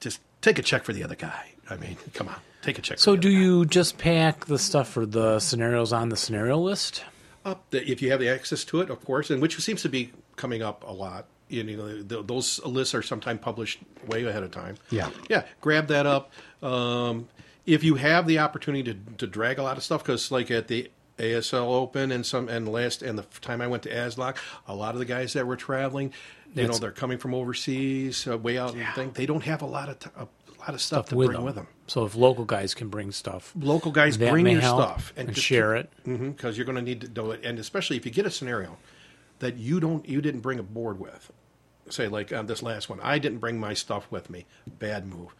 Speaker 4: just take a check for the other guy. I mean, come on, take a check.
Speaker 5: so
Speaker 4: for the
Speaker 5: do
Speaker 4: other guy.
Speaker 5: you just pack the stuff for the scenarios on the scenario list?
Speaker 4: up that if you have the access to it, of course, and which seems to be coming up a lot. You know, th- those lists are sometimes published way ahead of time.
Speaker 3: Yeah.
Speaker 4: yeah. Grab that up. Um, if you have the opportunity to, to drag a lot of stuff, because like at the ASL Open and some and last and the time I went to ASLOC, a lot of the guys that were traveling, you know, they're coming from overseas, uh, way out and thing. They don't have a lot of t- a lot of stuff, to bring with them.
Speaker 5: So if local guys can bring stuff,
Speaker 4: Local guys
Speaker 5: that
Speaker 4: bring
Speaker 5: may
Speaker 4: your
Speaker 5: help
Speaker 4: stuff
Speaker 5: and,
Speaker 4: just
Speaker 5: share it.
Speaker 4: because Mm-hmm. you're going to need to do it, and especially if you get a scenario that you don't, you didn't bring a board with. Say like on this last one, I didn't bring my stuff with me. Bad move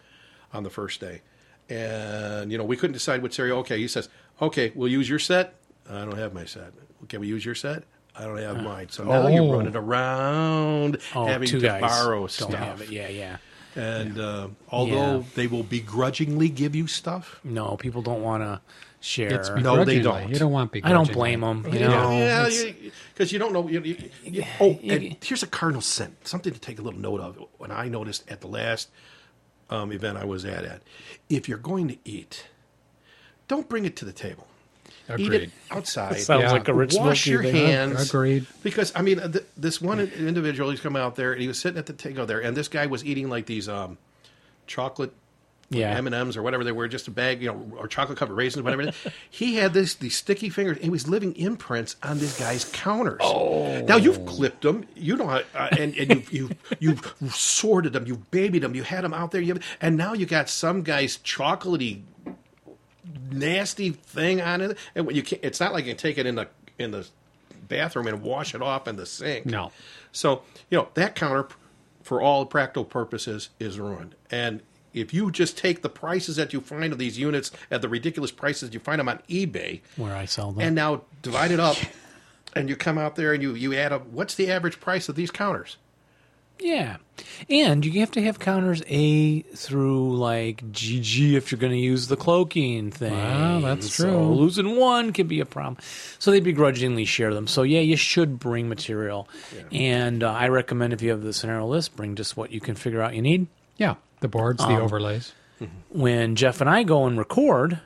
Speaker 4: on the first day, and you know we couldn't decide what scenario. Okay, he says, okay, we'll use your set. I don't have my set. Can we use your set? I don't have mine. So now
Speaker 3: Oh.
Speaker 4: you're running around
Speaker 5: Uh, Oh,
Speaker 4: having
Speaker 5: two
Speaker 4: to
Speaker 5: guys
Speaker 4: borrow
Speaker 5: don't
Speaker 4: stuff.
Speaker 5: have it. Yeah, yeah.
Speaker 4: And uh, although
Speaker 5: Yeah.
Speaker 4: they will begrudgingly give you stuff,
Speaker 5: No, people don't want to share.
Speaker 3: It's
Speaker 4: No, they
Speaker 3: begrudgingly.
Speaker 4: don't.
Speaker 3: You don't want
Speaker 5: I don't blame them. You know,
Speaker 4: yeah,
Speaker 5: It's-
Speaker 4: because you don't know. You, you- you- oh, and here's a cardinal sin. Something to take a little note of. When I noticed at the last um, event I was at, at if you're going to eat, don't bring it to the table. Eat it
Speaker 3: Agreed.
Speaker 4: outside.
Speaker 5: sounds
Speaker 3: Yeah.
Speaker 5: like a rich
Speaker 4: Wash
Speaker 5: smoky
Speaker 4: your
Speaker 5: there.
Speaker 4: hands.
Speaker 3: Agreed.
Speaker 4: Because I mean, uh, th- this one individual, he's come out there and he was sitting at the table there, and this guy was eating like these um, chocolate
Speaker 5: Yeah.
Speaker 4: M and M's or whatever they were, just a bag, you know, or chocolate covered raisins, whatever. he had this these sticky fingers, and he was living imprints on this guy's counters. Oh, now you've clipped them, you know, how- uh, and and you've you you've, you've sorted them, you've babied them, you had them out there, you have, and now you got some guy's chocolatey nasty thing on it, and when you can't, it's not like you take it in the in the bathroom and wash it off in the sink.
Speaker 3: No.
Speaker 4: So, you know, that counter, for all practical purposes, is ruined. And if you just take the prices that you find of these units at the ridiculous prices you find them on eBay,
Speaker 5: where I sell them.
Speaker 4: and now divide it up, and you come out there and you, you add up what's the average price of these counters?
Speaker 5: yeah, and you have to have counters A through like GG if you're going to use the cloaking thing.
Speaker 3: Wow, that's
Speaker 5: So
Speaker 3: true.
Speaker 5: losing one can be a problem. So they begrudgingly share them. So yeah, you should bring material, and uh, I recommend if you have the scenario list, bring just what you can figure out you need.
Speaker 3: Yeah. The boards,
Speaker 5: Um,
Speaker 3: the overlays.
Speaker 5: when Jeff and I go and record,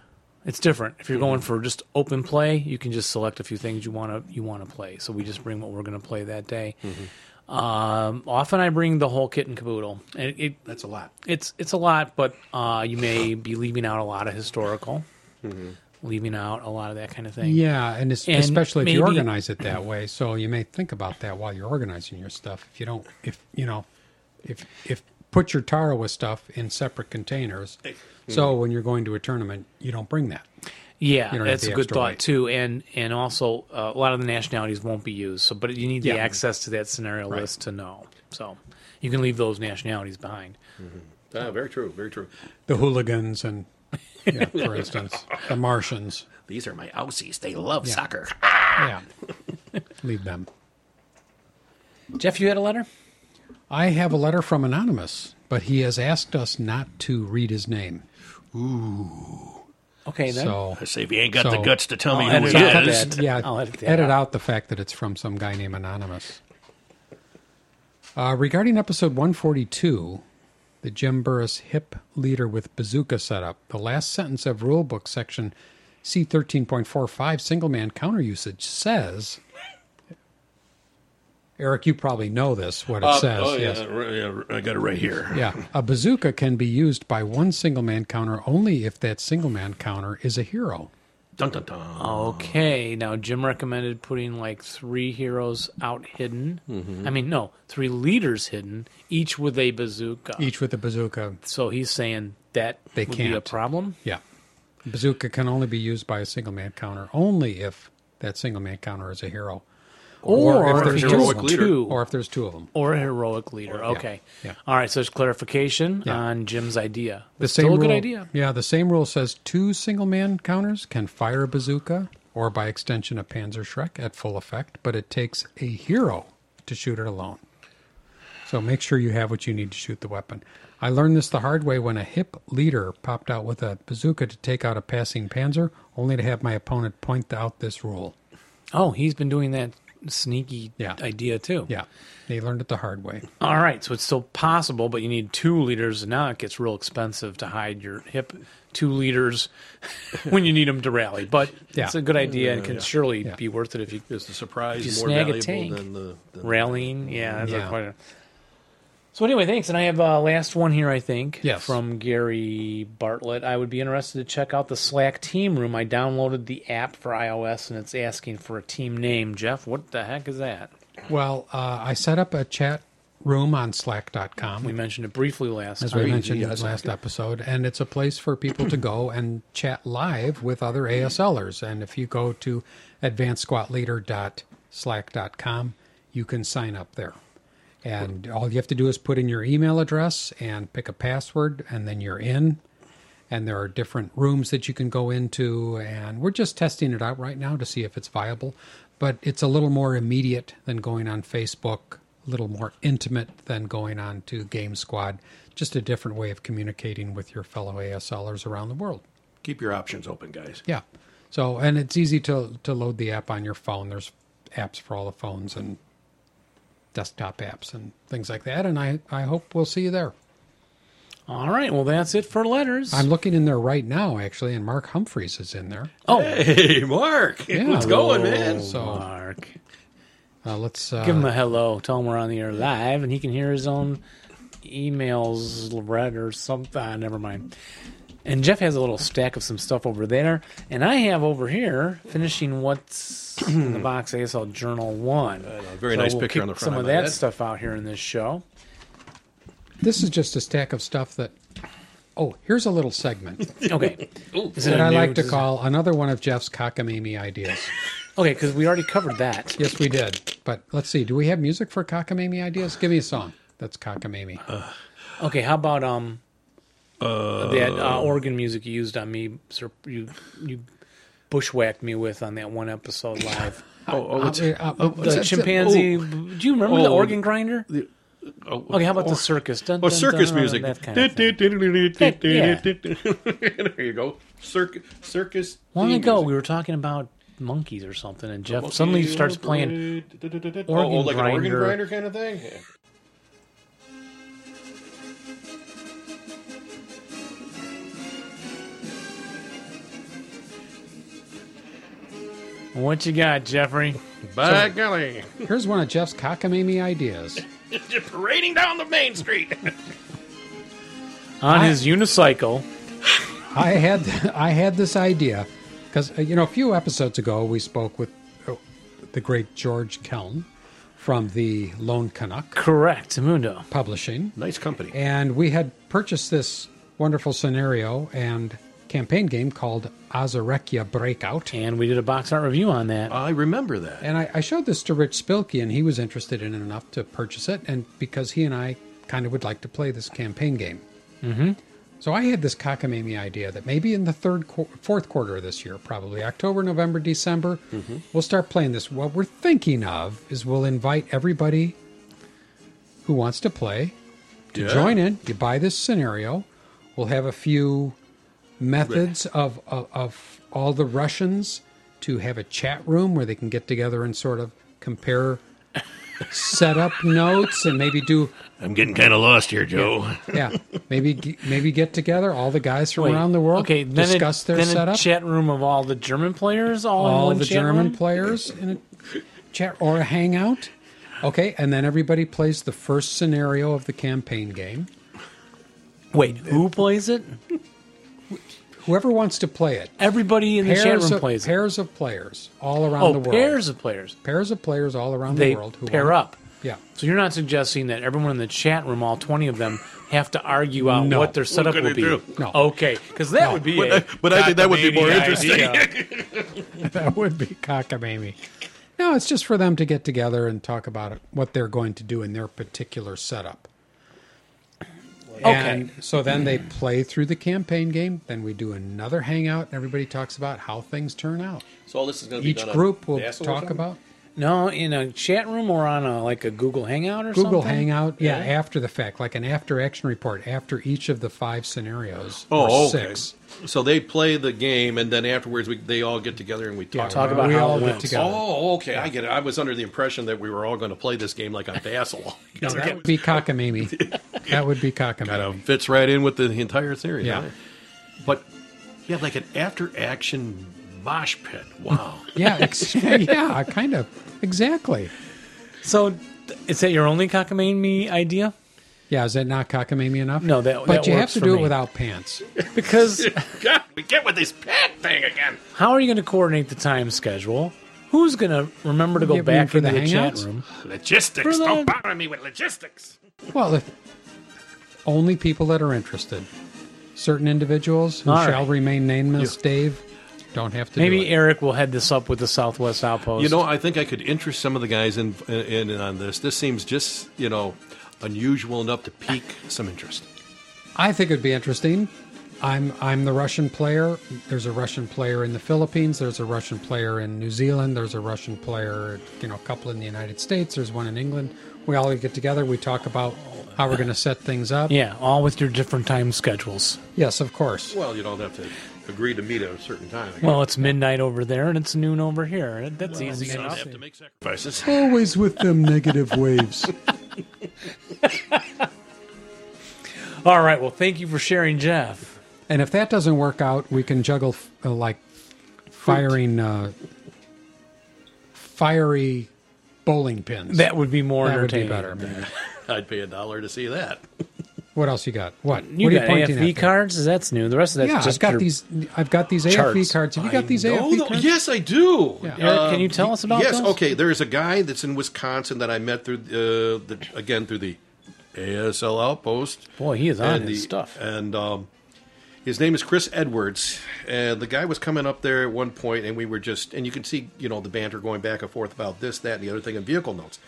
Speaker 5: it's different. If you're going
Speaker 3: Mm-hmm.
Speaker 5: for just open play, you can just select a few things you want to you want to play. So we just bring what we're going to play that day.
Speaker 3: Mm-hmm.
Speaker 5: Um, often I bring the whole kit and caboodle. It, it,
Speaker 4: That's a lot.
Speaker 5: it's it's a lot, but uh, you may be leaving out a lot of historical,
Speaker 3: Mm-hmm.
Speaker 5: leaving out a lot of that kind of thing.
Speaker 3: Yeah, and, es-
Speaker 5: And
Speaker 3: especially if you
Speaker 5: maybe-
Speaker 3: organize it that way, so you may think about that while you're organizing your stuff. If you don't, if you know, if if put your Tarawa stuff in separate containers, so when you're going to a tournament, you don't bring that.
Speaker 5: Yeah,
Speaker 3: You don't have
Speaker 5: that's
Speaker 3: the
Speaker 5: a good
Speaker 3: extra
Speaker 5: thought
Speaker 3: weight.
Speaker 5: too, and and also uh, a lot of the nationalities won't be used. So, but you need the
Speaker 3: Yeah.
Speaker 5: access to that scenario list to know. So, you can leave those nationalities behind.
Speaker 4: Ah, very true, very true.
Speaker 3: The hooligans and, yeah, for instance, the Martians.
Speaker 4: These are my Aussies. They love soccer.
Speaker 3: Yeah, leave them.
Speaker 5: Jeff, you had a letter.
Speaker 3: I have a letter from anonymous, but he has asked us not to read his name.
Speaker 5: Okay, then.
Speaker 3: So
Speaker 6: I say, if you ain't got
Speaker 3: the So- oh, guts
Speaker 6: to tell
Speaker 5: me I'll who edit
Speaker 3: So
Speaker 5: he Yeah,
Speaker 3: cut
Speaker 5: is.
Speaker 3: that- yeah,
Speaker 5: I'll edit that
Speaker 3: edit
Speaker 5: out.
Speaker 3: out the fact that it's from some guy named Anonymous. Uh, regarding episode 142, the Jim Burris hip leader with bazooka setup, the last sentence of rulebook section C13.45 single man counter usage says. Eric, you probably know this, what it says.
Speaker 4: oh, yeah,
Speaker 3: yes.
Speaker 4: right- yeah, I got it right here.
Speaker 3: Yeah, a bazooka can be used by one single man counter only if that single man counter is a hero.
Speaker 4: Dun, dun, dun.
Speaker 5: Uh, Okay, now Jim recommended putting like three heroes out hidden.
Speaker 3: Mm-hmm.
Speaker 5: I mean, no, three leaders hidden, each with a bazooka.
Speaker 3: Each with a bazooka.
Speaker 5: So he's saying that
Speaker 3: They
Speaker 5: would be a
Speaker 3: can't.
Speaker 5: problem.
Speaker 3: Yeah. Bazooka can only be used by a single man counter only if that single man counter is a hero. Or if there's
Speaker 5: he's
Speaker 3: heroic
Speaker 4: leader.
Speaker 5: two,
Speaker 3: Or if there's two of them.
Speaker 5: or a heroic leader. okay.
Speaker 3: yeah.
Speaker 5: All right. So there's clarification
Speaker 3: Yeah.
Speaker 5: on Jim's idea.
Speaker 3: The
Speaker 5: It's still a good
Speaker 3: rule-
Speaker 5: idea.
Speaker 3: Yeah, the same rule says two single man counters can fire a bazooka or by extension a Panzer Shrek at full effect, but it takes a hero to shoot it alone. So make sure you have what you need to shoot the weapon. I learned this the hard way when a hip leader popped out with a bazooka to take out a passing Panzer, only to have my opponent point out this rule.
Speaker 5: Oh, he's been doing that sneaky
Speaker 3: Yeah.
Speaker 5: idea too.
Speaker 3: Yeah, they learned it the hard way.
Speaker 5: All right. So it's still possible, but you need two leaders. And now it gets real expensive to hide your hip two leaders when you need them to rally. But
Speaker 3: Yeah.
Speaker 5: it's a good idea and can surely
Speaker 3: Yeah.
Speaker 5: be worth it if you
Speaker 4: Is the surprise
Speaker 5: You
Speaker 4: more
Speaker 5: snag a
Speaker 4: valuable
Speaker 5: tank.
Speaker 4: than the, than
Speaker 5: rallying. Yeah, that's
Speaker 3: Yeah.
Speaker 5: Like quite a... So anyway, thanks. And I have uh, last one here, I think,
Speaker 3: Yes.
Speaker 5: from Gary Bartlett. I would be interested to check out the Slack team room. I downloaded the app for iOS, and it's asking for a team name. Jeff, what the heck is that?
Speaker 3: Well, uh, I set up a chat room on slack.com.
Speaker 5: We mentioned it briefly last
Speaker 3: as
Speaker 5: time.
Speaker 3: we mentioned last episode, and it's a place for people to go and chat live with other ASLers. And if you go to advancedsquatleader.slack.com, you can sign up there. And all you have to do is put in your email address and pick a password, and then you're in. And there are different rooms that you can go into, and we're just testing it out right now to see if it's viable. But it's a little more immediate than going on Facebook, a little more intimate than going on to Game Squad. Just a different way of communicating with your fellow ASLers around the world.
Speaker 4: the- keep your options open, guys.
Speaker 3: Yeah. So, and it's easy to to load the app on your phone. There's apps for all the phones and desktop apps and things like that. And I I hope we'll see you there.
Speaker 5: All right, well, that's it for letters.
Speaker 3: I'm looking in there right now actually, and Mark Humphreys is in there.
Speaker 5: oh,
Speaker 4: Hey, Mark,
Speaker 3: Yeah.
Speaker 4: what's going, man?
Speaker 3: So-
Speaker 5: Mark.
Speaker 3: Uh, let's uh,
Speaker 5: Give him a hello. Tell him we're on the air live, and he can hear his own emails read or something. Ah, never mind. And Jeff has a little stack of some stuff over there, and I have over here finishing what's in the box ASL Journal One.
Speaker 4: very nice picture
Speaker 5: kick
Speaker 4: on the front,
Speaker 5: Some
Speaker 4: I
Speaker 5: of
Speaker 4: might
Speaker 5: that
Speaker 4: add.
Speaker 5: stuff out here in this show.
Speaker 3: This is just a stack of stuff that. Oh, here's a little segment
Speaker 5: Okay, is
Speaker 3: that
Speaker 5: a
Speaker 3: I
Speaker 5: new-
Speaker 3: like to call another one of Jeff's cockamamie ideas.
Speaker 5: Okay, because we already covered that.
Speaker 3: Yes, we did. But let's see. Do we have music for cockamamie ideas? Give me a song that's cockamamie.
Speaker 4: Uh,
Speaker 5: Okay, how about um that uh, organ music you used on me? Sir, you you bushwhacked me with on that one episode live.
Speaker 4: Oh, oh, it's,
Speaker 3: Uh, uh,
Speaker 5: the
Speaker 3: uh,
Speaker 5: chimpanzee. do you remember the
Speaker 4: Oh,
Speaker 5: organ grinder?
Speaker 4: oh,
Speaker 5: okay, how about the circus? Dun, dun,
Speaker 4: Oh, circus
Speaker 5: dun,
Speaker 4: music.
Speaker 5: That kind of thing.
Speaker 4: Yeah. there you go. Circus. Circus.
Speaker 5: Long
Speaker 4: theme
Speaker 5: ago,
Speaker 4: music.
Speaker 5: we were talking about monkeys or something, and Jeff
Speaker 4: Monkey
Speaker 5: suddenly starts playing.
Speaker 4: played- Oh,
Speaker 5: organ
Speaker 4: oh, like an organ
Speaker 5: grinder.
Speaker 4: grinder kind of thing. Yeah.
Speaker 5: What you got, Jeffrey?
Speaker 4: By golly,
Speaker 3: Here's one of Jeff's cockamamie ideas.
Speaker 4: just parading down the main street.
Speaker 5: On his unicycle.
Speaker 3: I had I had this idea because you know a few episodes ago we spoke with uh, the great George Kelm from the Lone Canuck
Speaker 5: Correct, Mundo.
Speaker 3: Publishing.
Speaker 4: nice company.
Speaker 3: And we had purchased this wonderful scenario and campaign game called Azarekia Breakout.
Speaker 5: And we did a box art review on that.
Speaker 4: I remember that.
Speaker 3: And I, I showed this to Rich Spilkey, and he was interested in it enough to purchase it, and because he and I kind of would like to play this campaign game. Mm-hmm. So I had this cockamamie idea that maybe in the third, qu- fourth quarter of this year, probably October, November, December, we'll start playing this. What we're thinking of is we'll invite everybody who wants to play to
Speaker 4: Yeah.
Speaker 3: join in. You buy this scenario. We'll have a few methods of, of of all the Russians to have a chat room where they can get together and sort of compare set up notes and maybe do
Speaker 6: I'm getting kind of lost here, Joe.
Speaker 3: yeah maybe g- maybe get together all the guys from around the world
Speaker 5: Okay, then
Speaker 3: discuss
Speaker 5: a,
Speaker 3: their
Speaker 5: then
Speaker 3: setup
Speaker 5: a chat room of all the German players, all, in
Speaker 3: all
Speaker 5: one
Speaker 3: the
Speaker 5: chat
Speaker 3: German
Speaker 5: room?
Speaker 3: players in a chat or a hangout. Okay, and then everybody plays the first scenario of the campaign game.
Speaker 5: Wait, who plays it?
Speaker 3: Whoever wants to play it,
Speaker 5: Everybody in the chat room
Speaker 3: of,
Speaker 5: plays it.
Speaker 3: pairs of players all around
Speaker 5: Oh,
Speaker 3: the world.
Speaker 5: pairs of players.
Speaker 3: Pairs of players all around
Speaker 5: They
Speaker 3: the world who
Speaker 5: pair
Speaker 3: want-
Speaker 5: up.
Speaker 3: Yeah,
Speaker 5: So you're not suggesting that everyone in the chat room, all 20 of them, have to argue out
Speaker 3: No.
Speaker 5: what their setup
Speaker 4: gonna
Speaker 5: will be.
Speaker 4: do?
Speaker 3: No.
Speaker 5: Okay, because that would be. a
Speaker 6: But I think that would be more interesting.
Speaker 3: that would be cockamamie. No, it's just for them to get together and talk about it, what they're going to do in their particular setup. And so then they play through the campaign game. Then we do another hangout, and everybody talks about how things turn out.
Speaker 4: So all this is going to be
Speaker 3: Each
Speaker 4: done on
Speaker 3: group will
Speaker 4: Dazzle or
Speaker 3: talk
Speaker 4: something?
Speaker 3: about
Speaker 5: No, in a chat room or on a like a Google Hangout or
Speaker 3: Google
Speaker 5: something?
Speaker 3: Hangout. Yeah, after the fact, like an after-action report after each of the five scenarios.
Speaker 4: Oh,
Speaker 3: or
Speaker 4: okay.
Speaker 3: six.
Speaker 4: So they play the game, and then afterwards we, they all get together and we talk.
Speaker 5: Talk about
Speaker 3: we
Speaker 5: how
Speaker 3: all
Speaker 5: it
Speaker 3: get
Speaker 5: went.
Speaker 3: together.
Speaker 4: Oh, okay, I get it. I was under the impression that we were all going to play this game like on Vassal.
Speaker 3: No, that would be cockamamie. that would be cockamamie.
Speaker 4: kind of fits right in with the entire theory.
Speaker 3: Yeah.
Speaker 4: huh? But yeah, like an after-action mosh pit. Wow.
Speaker 3: Yeah, ex- yeah, kind of. Exactly.
Speaker 5: So, th- is that your only cockamamie idea?
Speaker 3: Yeah, is that not cockamamie enough?
Speaker 5: No, that-
Speaker 3: But
Speaker 5: that
Speaker 3: you have
Speaker 5: works
Speaker 3: to
Speaker 5: for
Speaker 3: do it
Speaker 5: me.
Speaker 3: without pants.
Speaker 5: Because
Speaker 4: God, we get with this pet thing again.
Speaker 5: how are you going to coordinate the time schedule? Who's going to remember to go
Speaker 3: Get room
Speaker 5: back
Speaker 3: for
Speaker 5: into
Speaker 3: the
Speaker 5: the, chat
Speaker 3: hangouts?
Speaker 5: room?
Speaker 4: Logistics.
Speaker 5: For
Speaker 4: Don't
Speaker 5: the-
Speaker 4: bother me with logistics.
Speaker 3: Well, if only people that are interested. Certain individuals who
Speaker 5: All right.
Speaker 3: shall remain nameless, Dave, don't have to. do
Speaker 5: Maybe
Speaker 3: it.
Speaker 5: Eric will head this up with the Southwest Outpost.
Speaker 4: You know, I think I could interest some of the guys in, in, in on this. This seems just you know unusual enough to pique some interest.
Speaker 3: I think it'd be interesting. I'm I'm the Russian player. There's a Russian player in the Philippines. There's a Russian player in New Zealand. There's a Russian player, you know, a couple in the United States. There's one in England. We all get together. We talk about how we're going to set things up.
Speaker 5: yeah, all with your different time schedules.
Speaker 3: Yes, of course.
Speaker 4: Well, you don't have to agree to meet at a certain time. I guess.
Speaker 5: Well, it's midnight over there and it's noon over here. That's easy enough.
Speaker 4: have to make sacrifices.
Speaker 7: Always with them negative waves.
Speaker 5: All right. Well, thank you for sharing, Jeff.
Speaker 3: And if that doesn't work out, we can juggle f- uh, like firing uh, fiery bowling pins.
Speaker 5: That would be more
Speaker 3: That would be
Speaker 5: entertaining.
Speaker 3: better. Maybe.
Speaker 4: I'd pay a dollar to see that.
Speaker 3: What else you got? What?
Speaker 5: You
Speaker 3: what
Speaker 5: got
Speaker 3: pointing
Speaker 5: AFV
Speaker 3: at there?
Speaker 5: cards? That's new. The rest of that's
Speaker 3: Yeah,
Speaker 5: just
Speaker 3: I've got
Speaker 5: pure-
Speaker 3: these. I've got these
Speaker 5: charts.
Speaker 3: AFV cards. Have you got these
Speaker 4: I know
Speaker 3: AFV
Speaker 4: the-
Speaker 3: cards?
Speaker 4: Yes, I do.
Speaker 3: Yeah.
Speaker 5: Eric, can you tell us about
Speaker 4: Yes,
Speaker 5: those?
Speaker 4: okay. There is a guy that's in Wisconsin that I met through uh, the again through the ASL outpost.
Speaker 5: Boy, he is on
Speaker 4: and
Speaker 5: his
Speaker 4: the-
Speaker 5: stuff.
Speaker 4: And um, his name is Chris Edwards. And the guy was coming up there at one point, and we were just and you can see you know the banter going back and forth about this, that, and the other thing, and vehicle notes.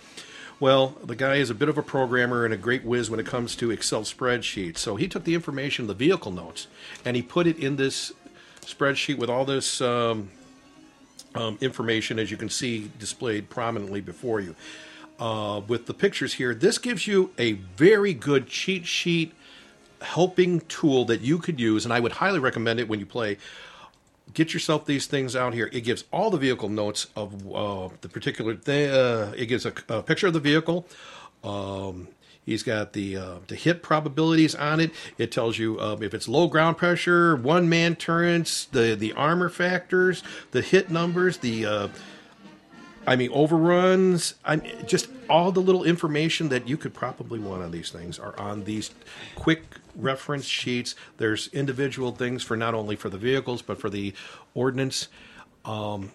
Speaker 4: Well, the guy is a bit of a programmer and a great whiz when it comes to Excel spreadsheets. So he took the information, the vehicle notes, and he put it in this spreadsheet with all this um, um, information, as you can see, displayed prominently before you. Uh, with the pictures here, this gives you a very good cheat sheet helping tool that you could use, and I would highly recommend it when you play. Get yourself these things out here. It gives all the vehicle notes of uh, the particular thing. Uh, it gives a, a picture of the vehicle. Um, he's got the uh, the hit probabilities on it. It tells you um, if it's low ground pressure, one man turrets, the the armor factors, the hit numbers, the uh, I mean, overruns. I'm just all the little information that you could probably want on these things are on these quick reference sheets. There's individual things for not only for the vehicles but for the ordnance. Um,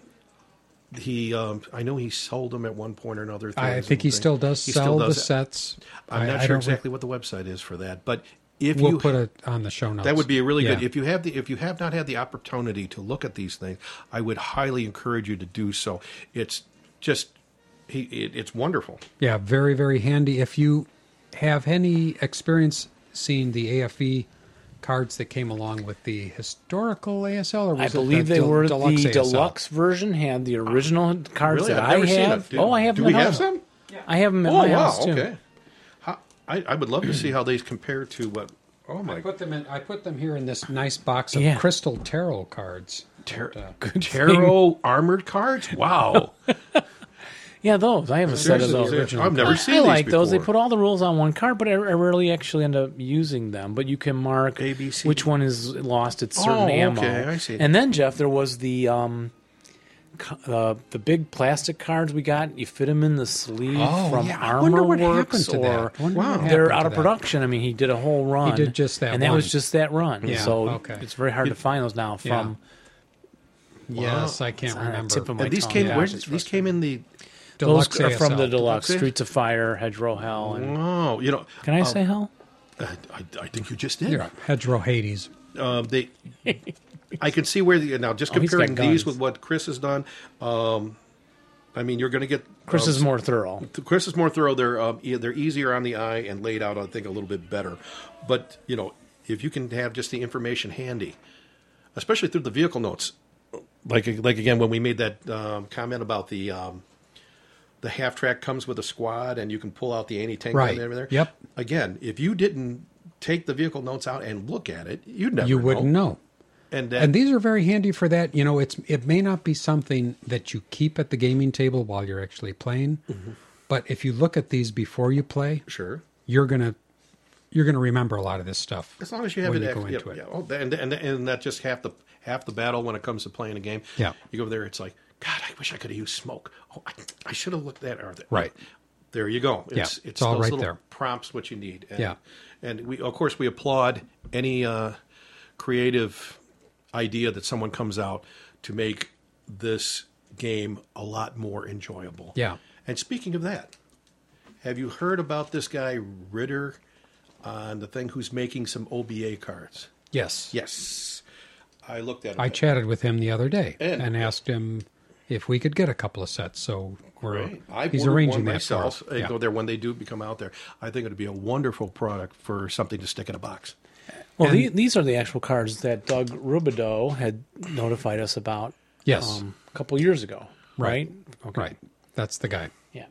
Speaker 4: he, um, I know he sold them at one point or another.
Speaker 3: I
Speaker 4: things
Speaker 3: think
Speaker 4: and
Speaker 3: he
Speaker 4: things.
Speaker 3: still does
Speaker 4: He
Speaker 3: sell
Speaker 4: still
Speaker 3: the
Speaker 4: does.
Speaker 3: sets.
Speaker 4: I'm
Speaker 3: I-
Speaker 4: not
Speaker 3: I
Speaker 4: sure
Speaker 3: don't re-
Speaker 4: exactly what the website is for that, but if
Speaker 3: We'll
Speaker 4: you
Speaker 3: put it on the show notes.
Speaker 4: that would be a really good.
Speaker 3: Yeah.
Speaker 4: If you have the, if you have not had the opportunity to look at these things, I would highly encourage you to do so. It's just, he, it, it's wonderful.
Speaker 3: Yeah, very very handy. If you have any experience seeing the AFV cards that came along with the historical ASL, or was
Speaker 5: I
Speaker 3: it the
Speaker 5: believe they
Speaker 3: del-
Speaker 5: were
Speaker 3: deluxe
Speaker 5: the
Speaker 3: ASL?
Speaker 5: deluxe version had the original cards
Speaker 4: Ah. Really?
Speaker 5: that
Speaker 4: I've never
Speaker 5: I
Speaker 4: seen
Speaker 5: have.
Speaker 4: them. Do-
Speaker 5: oh, I have.
Speaker 4: do
Speaker 5: them at
Speaker 4: we have
Speaker 5: home.
Speaker 4: some?
Speaker 5: I have them at
Speaker 4: Oh
Speaker 5: my
Speaker 4: wow!
Speaker 5: house too.
Speaker 4: Okay, how, I, I would love to see how these compare to what. Oh my!
Speaker 3: Put them in. I put them here in this nice box of
Speaker 5: Yeah.
Speaker 3: crystal tarot cards.
Speaker 4: Tar- tarot armored cards. Wow!
Speaker 5: Yeah, those. I have a set of
Speaker 4: Seriously,
Speaker 5: those.
Speaker 4: these are- I've never seen
Speaker 5: I
Speaker 4: these
Speaker 5: like those. They
Speaker 4: before.
Speaker 5: put all the rules on one card, but I, I rarely actually end up using them. But you can mark
Speaker 4: A, B, C.
Speaker 5: which one is lost at certain
Speaker 4: Oh,
Speaker 5: ammo.
Speaker 4: okay, I see.
Speaker 5: And then Jeff, there was the um, co- uh, the big plastic cards we got. You fit them in the sleeve
Speaker 4: Oh,
Speaker 5: from
Speaker 3: yeah, I
Speaker 5: Armor
Speaker 3: wonder what
Speaker 5: Works,
Speaker 3: happened to that.
Speaker 5: or
Speaker 3: I wonder what happened
Speaker 5: they're
Speaker 3: to
Speaker 5: out of
Speaker 3: that.
Speaker 5: production. I mean, he did a whole run.
Speaker 3: did just that
Speaker 5: and that
Speaker 3: one.
Speaker 5: was just that run.
Speaker 3: Yeah,
Speaker 5: so
Speaker 3: okay.
Speaker 5: it's very hard to find those now.
Speaker 3: Yeah.
Speaker 5: From
Speaker 3: Yes, I can't
Speaker 5: It's on the
Speaker 3: remember.
Speaker 5: tip of my
Speaker 4: And these
Speaker 5: tongue.
Speaker 4: came
Speaker 5: Yeah,
Speaker 4: where,
Speaker 5: it's just
Speaker 4: these came in the
Speaker 5: those
Speaker 3: Deluxe
Speaker 5: are from the
Speaker 3: ASL.
Speaker 5: deluxe
Speaker 4: Deluxe.
Speaker 5: Streets of Fire, Hedgerow Hell, and
Speaker 4: oh you know
Speaker 5: Can I
Speaker 4: uh,
Speaker 5: say hell?
Speaker 4: I, I, I think you just did
Speaker 3: You're up. Hedgerow Hades.
Speaker 4: um, they I can see where the now just
Speaker 5: Oh, he's got
Speaker 4: comparing these
Speaker 5: guns.
Speaker 4: with what Chris has done um, I mean you're going to get
Speaker 5: Chris
Speaker 4: um,
Speaker 5: is more thorough.
Speaker 4: Chris is more thorough. They're um, e- they're easier on the eye and laid out, I think, a little bit better. But you know, if you can have just the information handy, especially through the vehicle notes, like like again when we made that um, comment about the um, the half track comes with a squad and you can pull out the anti tank
Speaker 3: Right.
Speaker 4: and everything.
Speaker 3: Yep.
Speaker 4: Again, if you didn't take the vehicle notes out and look at it, you'd never
Speaker 3: You wouldn't know.
Speaker 4: And, that,
Speaker 3: And these are very handy for that. You know, it's it may not be something that you keep at the gaming table while you're actually playing, but if you look at these before you play,
Speaker 4: sure.
Speaker 3: you're gonna you're gonna remember a lot of this stuff.
Speaker 4: As long as you have
Speaker 3: when
Speaker 4: it,
Speaker 3: you
Speaker 4: act-
Speaker 3: go
Speaker 4: yeah,
Speaker 3: into it.
Speaker 4: yeah. Oh, and, and and that just half the half the battle when it comes to playing a game.
Speaker 3: Yeah.
Speaker 4: you go over there, it's like God, I wish I could have used smoke. Oh, I, I should have looked at or that.
Speaker 3: Right.
Speaker 4: there, you go. It's,
Speaker 3: it's all
Speaker 4: those
Speaker 3: right
Speaker 4: little
Speaker 3: there.
Speaker 4: Prompts what you need. And,
Speaker 3: Yeah.
Speaker 4: and we of course we applaud any uh, creative idea that someone comes out to make this game a lot more enjoyable.
Speaker 3: Yeah.
Speaker 4: And speaking of that, have you heard about this guy Ritter on the thing who's making some OBA cards?
Speaker 3: Yes.
Speaker 4: Yes. I looked at it.
Speaker 3: I chatted with him the other day
Speaker 4: And-
Speaker 3: and, asked him if we could get a couple of sets. So we're
Speaker 4: Right. I
Speaker 3: he's
Speaker 4: ordered
Speaker 3: arranging
Speaker 4: one
Speaker 3: that
Speaker 4: myself.
Speaker 3: for
Speaker 4: I
Speaker 3: us. Yeah.
Speaker 4: go there when they do become out there. I think it'd be a wonderful product for something to stick in a box.
Speaker 5: Well, the, these are the actual cards that Doug Rubidoux had notified us about. um,
Speaker 3: Yes.
Speaker 4: um,
Speaker 5: a couple years ago, right?
Speaker 3: Right. That's the guy.
Speaker 5: Yeah.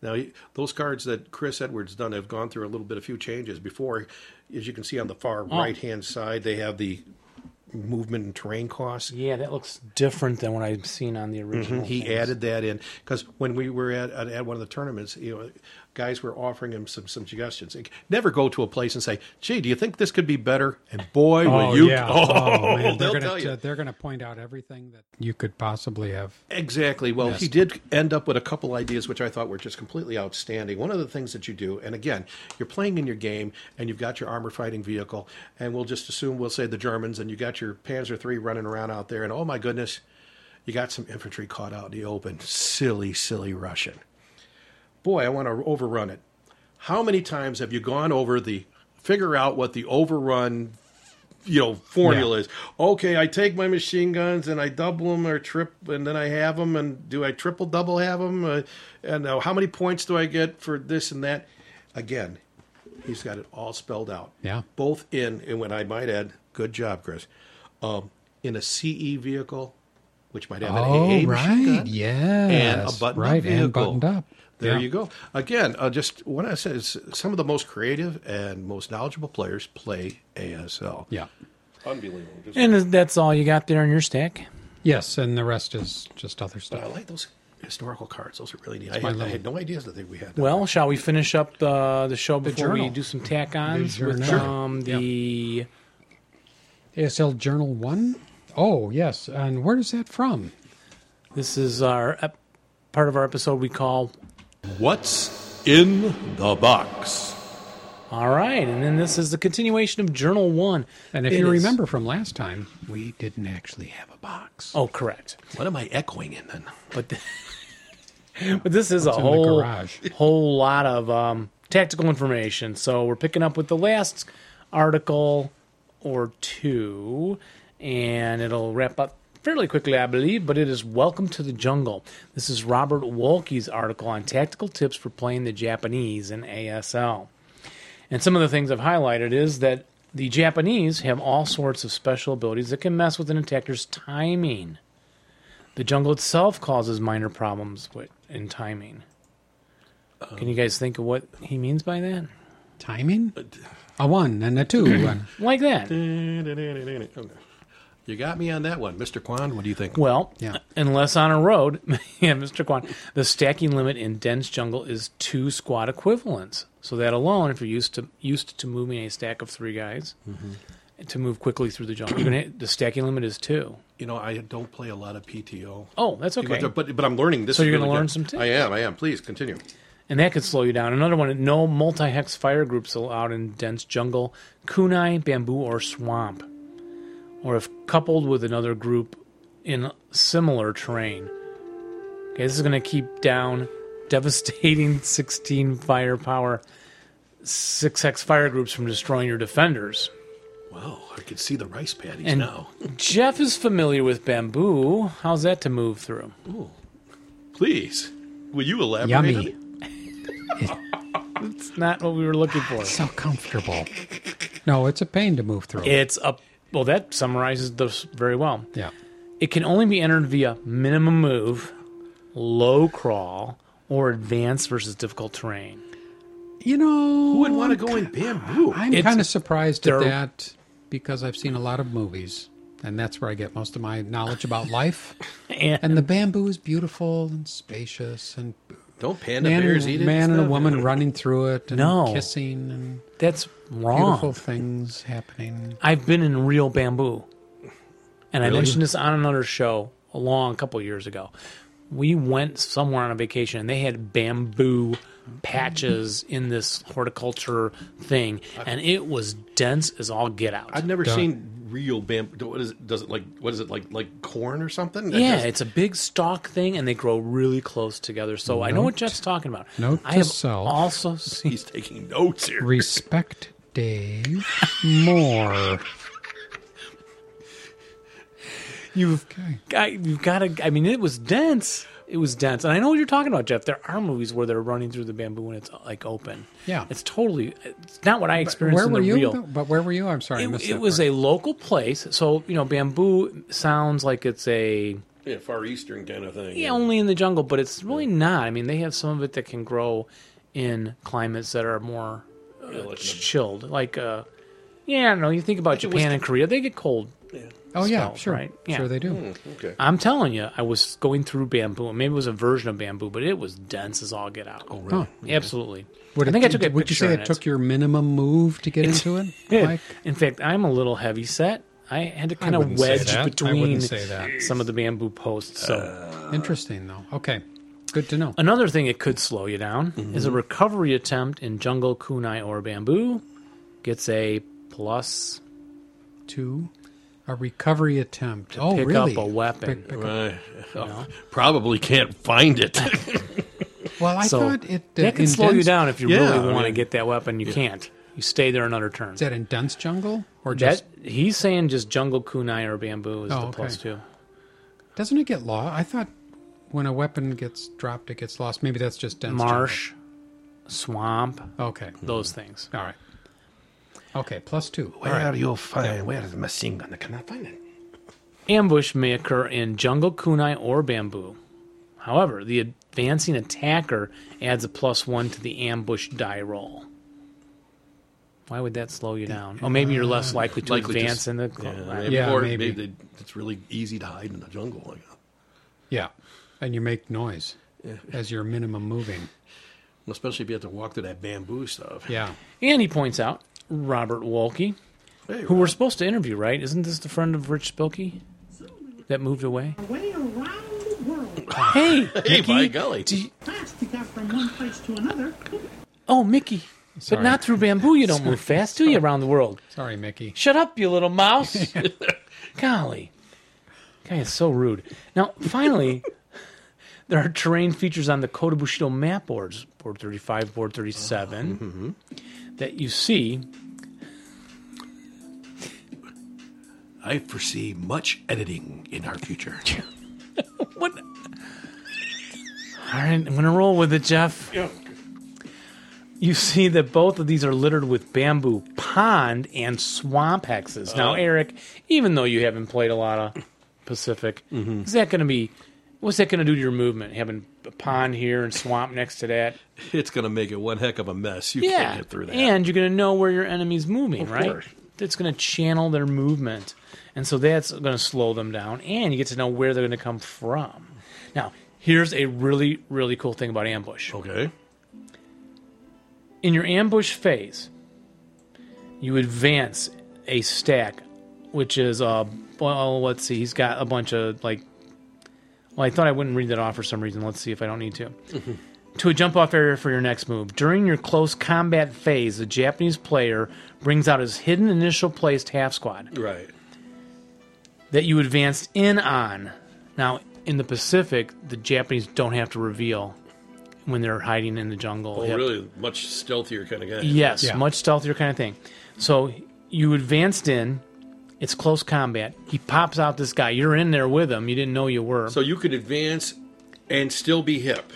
Speaker 4: Now, he- those cards that Chris Edwards done have gone through a little bit, a few changes before. As you can see on the
Speaker 3: Oh.
Speaker 4: far right hand side, they have the movement and terrain costs.
Speaker 5: Yeah, that looks different than what I've seen on the original.
Speaker 4: He
Speaker 5: things.
Speaker 4: added that in because when we were at, at at one of the tournaments, you know, guys were offering him some some suggestions. Like, never go to a place and say, "Gee, do you think this could be better?" And boy, will you!
Speaker 3: Oh,
Speaker 4: Oh,
Speaker 3: man. They're
Speaker 4: they'll
Speaker 3: gonna,
Speaker 4: tell you.
Speaker 3: They're going to point out everything that you could possibly have.
Speaker 4: Exactly. Well, he did end up with a couple ideas which I thought were just completely outstanding. One of the things that you do, and again, you're playing in your game and you've got your armor fighting vehicle, and we'll just assume we'll say the Germans, and you got your Panzer III running around out there, and oh my goodness, you got some infantry caught out in the open. Silly, silly Russian. Boy, I want to overrun it. How many times have you gone over the figure out what the overrun you know formula is okay i take my machine guns and i double them or trip and then i have them and do i triple double have them uh, and uh, how many points do i get for this and that again he's got it all spelled out
Speaker 3: Yeah.
Speaker 4: both in and when i might add good job chris um, in a ce vehicle which might have an
Speaker 3: Oh,
Speaker 4: AA machine
Speaker 3: right.
Speaker 4: gun
Speaker 3: Yes.
Speaker 4: and a buttoned
Speaker 3: right.
Speaker 4: up vehicle.
Speaker 3: And buttoned up.
Speaker 4: There
Speaker 3: Yeah.
Speaker 4: you go. Again, uh, just what I said is some of the most creative and most knowledgeable players play ASL.
Speaker 3: Yeah.
Speaker 4: Unbelievable. Just-
Speaker 5: And is- that's all you got there in your stack.
Speaker 3: Yes. And the rest is just other
Speaker 4: I
Speaker 3: stuff.
Speaker 4: like those historical cards. Those are really neat. I
Speaker 3: my
Speaker 4: had, I
Speaker 3: little-
Speaker 4: had no ideas that they, we had. that.
Speaker 5: Well, shall we finish up the the show before we
Speaker 3: journal.
Speaker 5: do some tack ons
Speaker 3: The
Speaker 5: with
Speaker 3: journal.
Speaker 5: um, the
Speaker 3: ASL Journal 1. Oh, yes. And where is that from?
Speaker 5: this is our ep- part of our episode we call
Speaker 4: what's in the box?
Speaker 5: All right, and then this is the continuation of Journal One.
Speaker 3: And if
Speaker 5: It
Speaker 3: you
Speaker 5: is-
Speaker 3: remember from last time, we didn't actually have a box.
Speaker 5: oh, correct.
Speaker 4: What am I echoing in then?
Speaker 5: but but this is a
Speaker 3: in the
Speaker 5: whole
Speaker 3: garage?
Speaker 5: whole lot of um, tactical information. So we're picking up with the last article or two, and it'll wrap up fairly quickly, I believe. But it is "Welcome to the Jungle." This is Robert Wolke's article on tactical tips for playing the Japanese in ASL. And some of the things I've highlighted is that the Japanese have all sorts of special abilities that can mess with an attacker's timing. The jungle itself causes minor problems with, in timing. Can you guys think of what he means by that?
Speaker 3: Timing? A one and a two. and-
Speaker 5: Like that.
Speaker 4: Okay. You got me on that one, Mister Quan. What do you think?
Speaker 5: Well,
Speaker 3: Yeah.
Speaker 5: unless on a road, yeah, Mr. Quan, the stacking limit in dense jungle is two squad equivalents. So that alone, if you're used to used to moving a stack of three guys to move quickly through the jungle, you're gonna hit, the stacking limit is two.
Speaker 4: You know, I don't play a lot of PTO.
Speaker 5: Oh, that's okay.
Speaker 4: But but I'm learning this.
Speaker 5: So
Speaker 4: is
Speaker 5: you're gonna
Speaker 4: really
Speaker 5: learn
Speaker 4: good.
Speaker 5: some tips.
Speaker 4: I am. I am. Please continue.
Speaker 5: and that could slow you down. Another one: no multi-hex fire groups allowed in dense jungle, kunai, bamboo, or swamp, or if coupled with another group in similar terrain. Okay, this is going to keep down devastating 16 firepower, six hex fire groups from destroying your defenders.
Speaker 4: Wow, I can see the rice patties
Speaker 5: And-
Speaker 4: now.
Speaker 5: Jeff is familiar with bamboo. How's that to move through?
Speaker 4: Please, will you elaborate?
Speaker 3: Yummy.
Speaker 4: on it?
Speaker 5: It's not what we were looking for.
Speaker 3: So comfortable. No, it's a pain to move through.
Speaker 5: It's up. Well, that summarizes this very well.
Speaker 3: yeah.
Speaker 5: It can only be entered via minimum move, low crawl, or advanced versus difficult terrain.
Speaker 3: You know,
Speaker 4: Who would want to go in bamboo?
Speaker 3: I'm
Speaker 5: It's-
Speaker 3: kind of surprised at
Speaker 5: they're-
Speaker 3: that because I've seen a lot of movies, and that's where I get most of my knowledge about life.
Speaker 5: And,
Speaker 3: And the bamboo is beautiful and spacious, and
Speaker 4: Don't panda
Speaker 3: man,
Speaker 4: bears
Speaker 3: and,
Speaker 4: eat it?
Speaker 3: man and a
Speaker 4: It's not-
Speaker 3: woman running through it, and
Speaker 5: No.
Speaker 3: kissing, and
Speaker 5: that's wrong.
Speaker 3: beautiful things happening.
Speaker 5: I've been in real bamboo, and I mentioned this on another show a long couple years ago. We went somewhere on a vacation, and they had bamboo patches in this horticulture thing, and it was dense as all get out.
Speaker 4: I've never seen real bamboo. What is it? Does it like? What is it like? Like corn or something? That
Speaker 5: Yeah,
Speaker 4: does-
Speaker 5: it's a big stalk thing, and they grow really close together. So I know what Jeff's talking about.
Speaker 3: note
Speaker 5: I
Speaker 3: to
Speaker 5: have
Speaker 3: self.
Speaker 5: also seen.
Speaker 4: he's taking notes here.
Speaker 3: Respect Dave more.
Speaker 5: You've, I, you've got to. I mean, it was dense. It was dense, and I know what you're talking about, Jeff. There are movies where they're running through the bamboo and it's like open.
Speaker 3: Yeah.
Speaker 5: it's totally. It's not what I experienced
Speaker 3: Where
Speaker 5: in the
Speaker 3: were you?
Speaker 5: real.
Speaker 3: But where were you? I'm sorry, I missed
Speaker 5: It,
Speaker 3: that
Speaker 5: it was
Speaker 3: part.
Speaker 5: a local place, so you know, bamboo sounds like it's a
Speaker 4: Yeah, far eastern kind of thing.
Speaker 5: yeah, only in the jungle, but it's really not. I mean, they have some of it that can grow in climates that are more uh, chilled. Like, uh, yeah, I don't know. You think about
Speaker 4: it was-
Speaker 5: Japan and Korea; they get cold.
Speaker 3: Oh yeah,
Speaker 5: spelled,
Speaker 3: sure,
Speaker 5: right? Yeah.
Speaker 3: sure they do.
Speaker 4: Okay.
Speaker 5: I'm telling you, I was going through bamboo. and Maybe it was a version of bamboo, but it was dense as all get out. Oh,
Speaker 3: Huh.
Speaker 5: Absolutely.
Speaker 3: Would
Speaker 5: I think
Speaker 3: it,
Speaker 5: I took a
Speaker 3: Would you
Speaker 5: picture
Speaker 3: say
Speaker 5: in
Speaker 3: it took your minimum move to get into it? Mike?
Speaker 5: In fact, I'm a little heavy set. I had to kind of
Speaker 3: wouldn't say
Speaker 5: wedge
Speaker 3: that. I
Speaker 5: between
Speaker 3: wouldn't say that. Uh.
Speaker 5: some of the bamboo posts. So.
Speaker 3: Interesting though. Okay, good to know.
Speaker 5: Another thing it could slow you down
Speaker 3: Mm-hmm.
Speaker 5: is a recovery attempt in jungle, kunai, or bamboo gets a plus.
Speaker 3: Two, a recovery attempt. oh
Speaker 5: pick
Speaker 3: really?
Speaker 5: up a weapon.
Speaker 3: Pick- pick up-
Speaker 4: Right. Probably can't find it.
Speaker 3: Well, I
Speaker 5: so
Speaker 3: thought it uh,
Speaker 5: that can
Speaker 3: in
Speaker 5: slow you
Speaker 3: dense-
Speaker 5: down if you
Speaker 4: Yeah, I
Speaker 5: really want to
Speaker 4: mean-
Speaker 5: get that weapon. You can't. You stay there another turn.
Speaker 3: Is that in dense jungle or just
Speaker 5: That- he's saying just jungle, kunai, or bamboo is
Speaker 3: Oh,
Speaker 5: the
Speaker 3: okay.
Speaker 5: plus two.
Speaker 3: doesn't it get lost? I thought when a weapon gets dropped, it gets lost. Maybe that's Hmm. just dense
Speaker 5: Marsh, swamp,
Speaker 3: jungle. Okay,
Speaker 5: those things.
Speaker 3: all right. Okay, plus two.
Speaker 6: Where are you find? Where is my sing? I cannot find it.
Speaker 5: Ambush may occur in jungle, kunai, or bamboo. However, the advancing attacker adds a plus one to the ambush die roll. Why would that slow you down? Oh, maybe you're less likely to
Speaker 4: Likely
Speaker 5: advance
Speaker 4: just-
Speaker 5: in the.
Speaker 4: Yeah,
Speaker 3: Yeah,
Speaker 4: or
Speaker 3: maybe.
Speaker 4: they- it's really easy to hide in the jungle. Like,
Speaker 3: Yeah, and you make noise as your minimum moving.
Speaker 4: especially if you have to walk through that bamboo stuff.
Speaker 3: Yeah.
Speaker 5: And he points out Robert Wolke,
Speaker 4: Hey,
Speaker 5: who we're supposed to interview, right? Isn't this the friend of Rich Spilkey that moved away?
Speaker 8: way around the world.
Speaker 5: Hey,
Speaker 4: Ah. hey,
Speaker 5: Mickey.
Speaker 4: by golly.
Speaker 8: Fast to get from one place to another.
Speaker 5: Oh, Mickey. But not through bamboo. You don't move fast, do you? Around the world.
Speaker 3: Sorry, Mickey.
Speaker 5: Shut up, you little mouse. Golly. Guy is so rude. Now, finally, there are terrain features on the Kota Bushido map boards, board 35, board 37, that you see.
Speaker 4: I foresee much editing in our future.
Speaker 5: What? All right, I'm going to roll with it, Jeff. You see that both of these are littered with bamboo, pond, and swamp hexes. Now, Eric, even though you haven't played a lot of Pacific, is that going to be. What's that going to do to your movement? Having a pond here and swamp next to that?
Speaker 4: it's going to make it one heck of a mess. You
Speaker 5: Yeah.
Speaker 4: can't get through that.
Speaker 5: And you're going to know where your enemy's moving, right?
Speaker 4: course.
Speaker 5: It's going to channel their movement. And so that's going to slow them down, and you get to know where they're going to come from. Now, here's a really, really cool thing about ambush.
Speaker 4: Okay.
Speaker 5: In your ambush phase, you advance a stack, which is uh, well, let's see, he's got a bunch of like. Well, I thought I wouldn't read that off for some reason. Let's see if I don't need to. to a jump off area for your next move. During your close combat phase, the Japanese player brings out his hidden initial placed half squad
Speaker 4: Right.
Speaker 5: that you advanced in on. Now, in the Pacific, the Japanese don't have to reveal when they're hiding in the jungle.
Speaker 4: Oh,
Speaker 5: hip.
Speaker 4: really? Much stealthier kind of guy.
Speaker 5: Yes, much stealthier kind of thing. So you advanced in. It's close combat. He pops out this guy. You're in there with him. You didn't know you were.
Speaker 4: So you could advance and still be hip.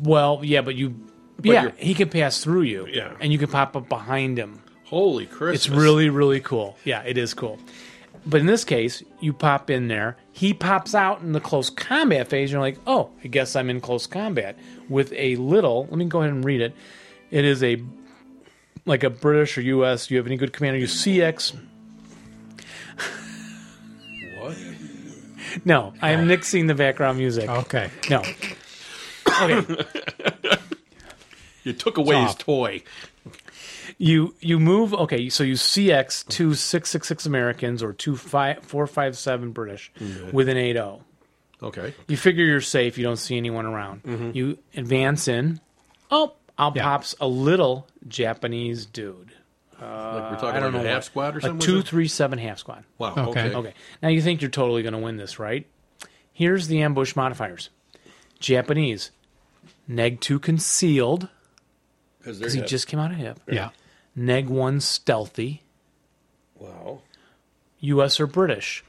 Speaker 5: well, yeah, but you. yeah,
Speaker 4: you're-
Speaker 5: he can pass through you.
Speaker 4: Yeah.
Speaker 5: And you can pop up behind him.
Speaker 4: Holy Christmas!
Speaker 5: It's really, really cool. Yeah, it is cool. But in this case, you pop in there. He pops out in the close combat phase. You're like, oh, I guess I'm in close combat with a little. Let me go ahead and read it. It is a like a British or U.S. Do you have any good commander? You CX.
Speaker 4: What?
Speaker 5: No, I am nixing the background music.
Speaker 3: Okay.
Speaker 5: No. Okay.
Speaker 4: You took away his
Speaker 5: Stop.
Speaker 4: toy.
Speaker 5: you you move okay so you cx two six six six americans or two five four five seven british
Speaker 3: Mm-hmm.
Speaker 5: with an 8-0
Speaker 4: Okay.
Speaker 5: you figure you're safe you don't see anyone around you advance in oh out
Speaker 3: Mm-hmm. Yeah.
Speaker 5: pops a little japanese dude
Speaker 4: Like we're
Speaker 5: Uh,
Speaker 4: talking
Speaker 5: i don't
Speaker 4: like
Speaker 5: know
Speaker 4: a half
Speaker 5: what.
Speaker 4: squad or
Speaker 5: a
Speaker 4: something.
Speaker 5: two three seven half squad
Speaker 4: Wow.
Speaker 3: Okay.
Speaker 4: Okay.
Speaker 5: okay now you think you're totally going to win this right here's the ambush modifiers japanese neg two concealed
Speaker 4: Because
Speaker 5: because he just came out of hip
Speaker 3: Yeah.
Speaker 5: neg one stealthy
Speaker 4: wow.
Speaker 5: US or British,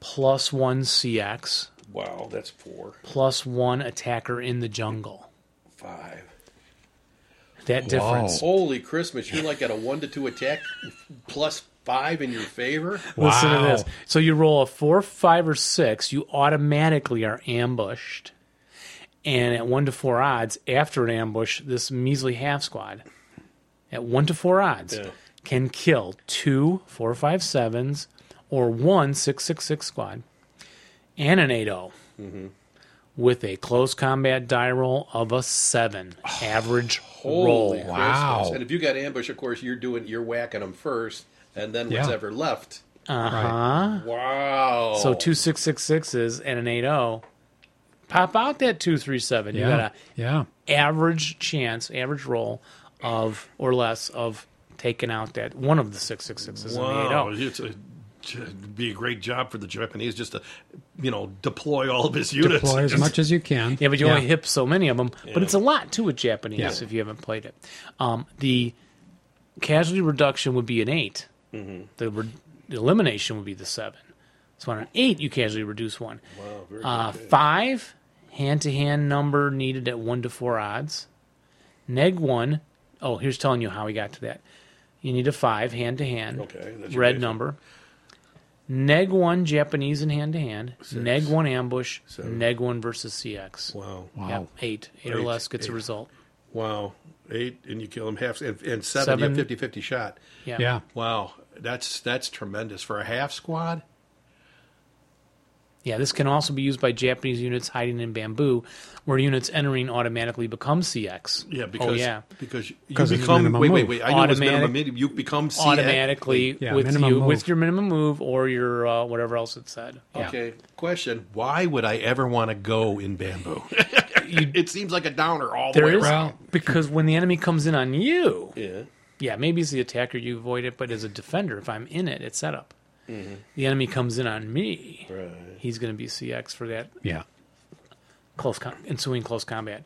Speaker 5: plus one CX,
Speaker 4: Wow. That's four,
Speaker 5: plus one attacker in the jungle.
Speaker 4: five.
Speaker 5: That difference.
Speaker 4: Holy Christmas! You're like at a one to two attack, plus five in your favor.
Speaker 5: Listen to
Speaker 3: Wow.
Speaker 5: this. So you roll a four, five, or six, you automatically are ambushed. And at one to four odds, after an ambush, this measly half squad, at one to four odds,
Speaker 4: Yeah.
Speaker 5: can kill two four five sevens or one six six six squad and an eight zero
Speaker 4: Mm-hmm.
Speaker 5: with a close combat die roll of a seven average roll.
Speaker 4: Holy
Speaker 3: Wow.
Speaker 4: Christmas! And if you got ambush, of course you're doing you're whacking them first, and then what's
Speaker 3: Yeah.
Speaker 4: ever left.
Speaker 5: Uh-huh.
Speaker 4: Wow.
Speaker 5: So two six six sixes and an eight zero. Pop out that two three seven. You
Speaker 3: Yeah.
Speaker 5: got
Speaker 3: Yeah.
Speaker 5: an average chance, average roll of or less of taking out that one of the six six sixes
Speaker 4: Wow,
Speaker 5: and the eight oh. zero.
Speaker 4: it's a, it'd be a great job for the Japanese just to, you know, deploy all of his units.
Speaker 3: Deploy as
Speaker 4: Just-
Speaker 3: much as you can.
Speaker 5: Yeah, but you only hip so many of them. But it's a lot to a Japanese if you haven't played it. Um, the casualty reduction would be an 8
Speaker 4: Mm-hmm.
Speaker 5: The, re- the elimination would be the seven. So on an eight, you casually reduce one. Uh, five, hand to hand number needed at one to four odds. Neg one, oh, here's telling you how we got to that. You need a five hand to hand.
Speaker 4: Okay, that's your
Speaker 5: Red
Speaker 4: basic.
Speaker 5: number. Neg one Japanese and hand to hand. Neg one ambush. Neg one versus CX.
Speaker 4: Wow.
Speaker 5: Yep, eight. Eight, or
Speaker 4: Eight,
Speaker 5: less gets a
Speaker 4: eight.
Speaker 5: result.
Speaker 4: Wow. Eight, and you kill him half, and, and seven, you
Speaker 5: Seven.
Speaker 4: have 50 50 shot.
Speaker 5: Yeah.
Speaker 3: Yeah.
Speaker 4: Wow. That's that's tremendous. For a half squad,
Speaker 5: Yeah, this can also be used by Japanese units hiding in bamboo, where units entering automatically become CX.
Speaker 4: yeah, because
Speaker 5: oh, yeah.
Speaker 4: because you
Speaker 3: Because it's
Speaker 4: become
Speaker 3: minimum
Speaker 4: wait wait
Speaker 3: move.
Speaker 4: wait I know it's minimum
Speaker 5: Automatic-
Speaker 4: medium. You become CX.
Speaker 5: automatically
Speaker 3: Yeah,
Speaker 5: with
Speaker 3: minimum
Speaker 5: you
Speaker 3: move.
Speaker 5: with your minimum move or your uh, whatever else it said. Yeah.
Speaker 4: Okay, question: Why would I ever want to go in bamboo? it seems like a downer all
Speaker 5: There
Speaker 4: the way
Speaker 5: is
Speaker 4: around.
Speaker 5: because when the enemy comes in on you,
Speaker 4: Yeah.
Speaker 5: yeah, maybe as the attacker you avoid it, but as a defender, if I'm in it, it's set up.
Speaker 4: Mm-hmm.
Speaker 5: The enemy comes in on me, he's going to be CX for that
Speaker 3: Yeah.
Speaker 5: close com- ensuing close combat.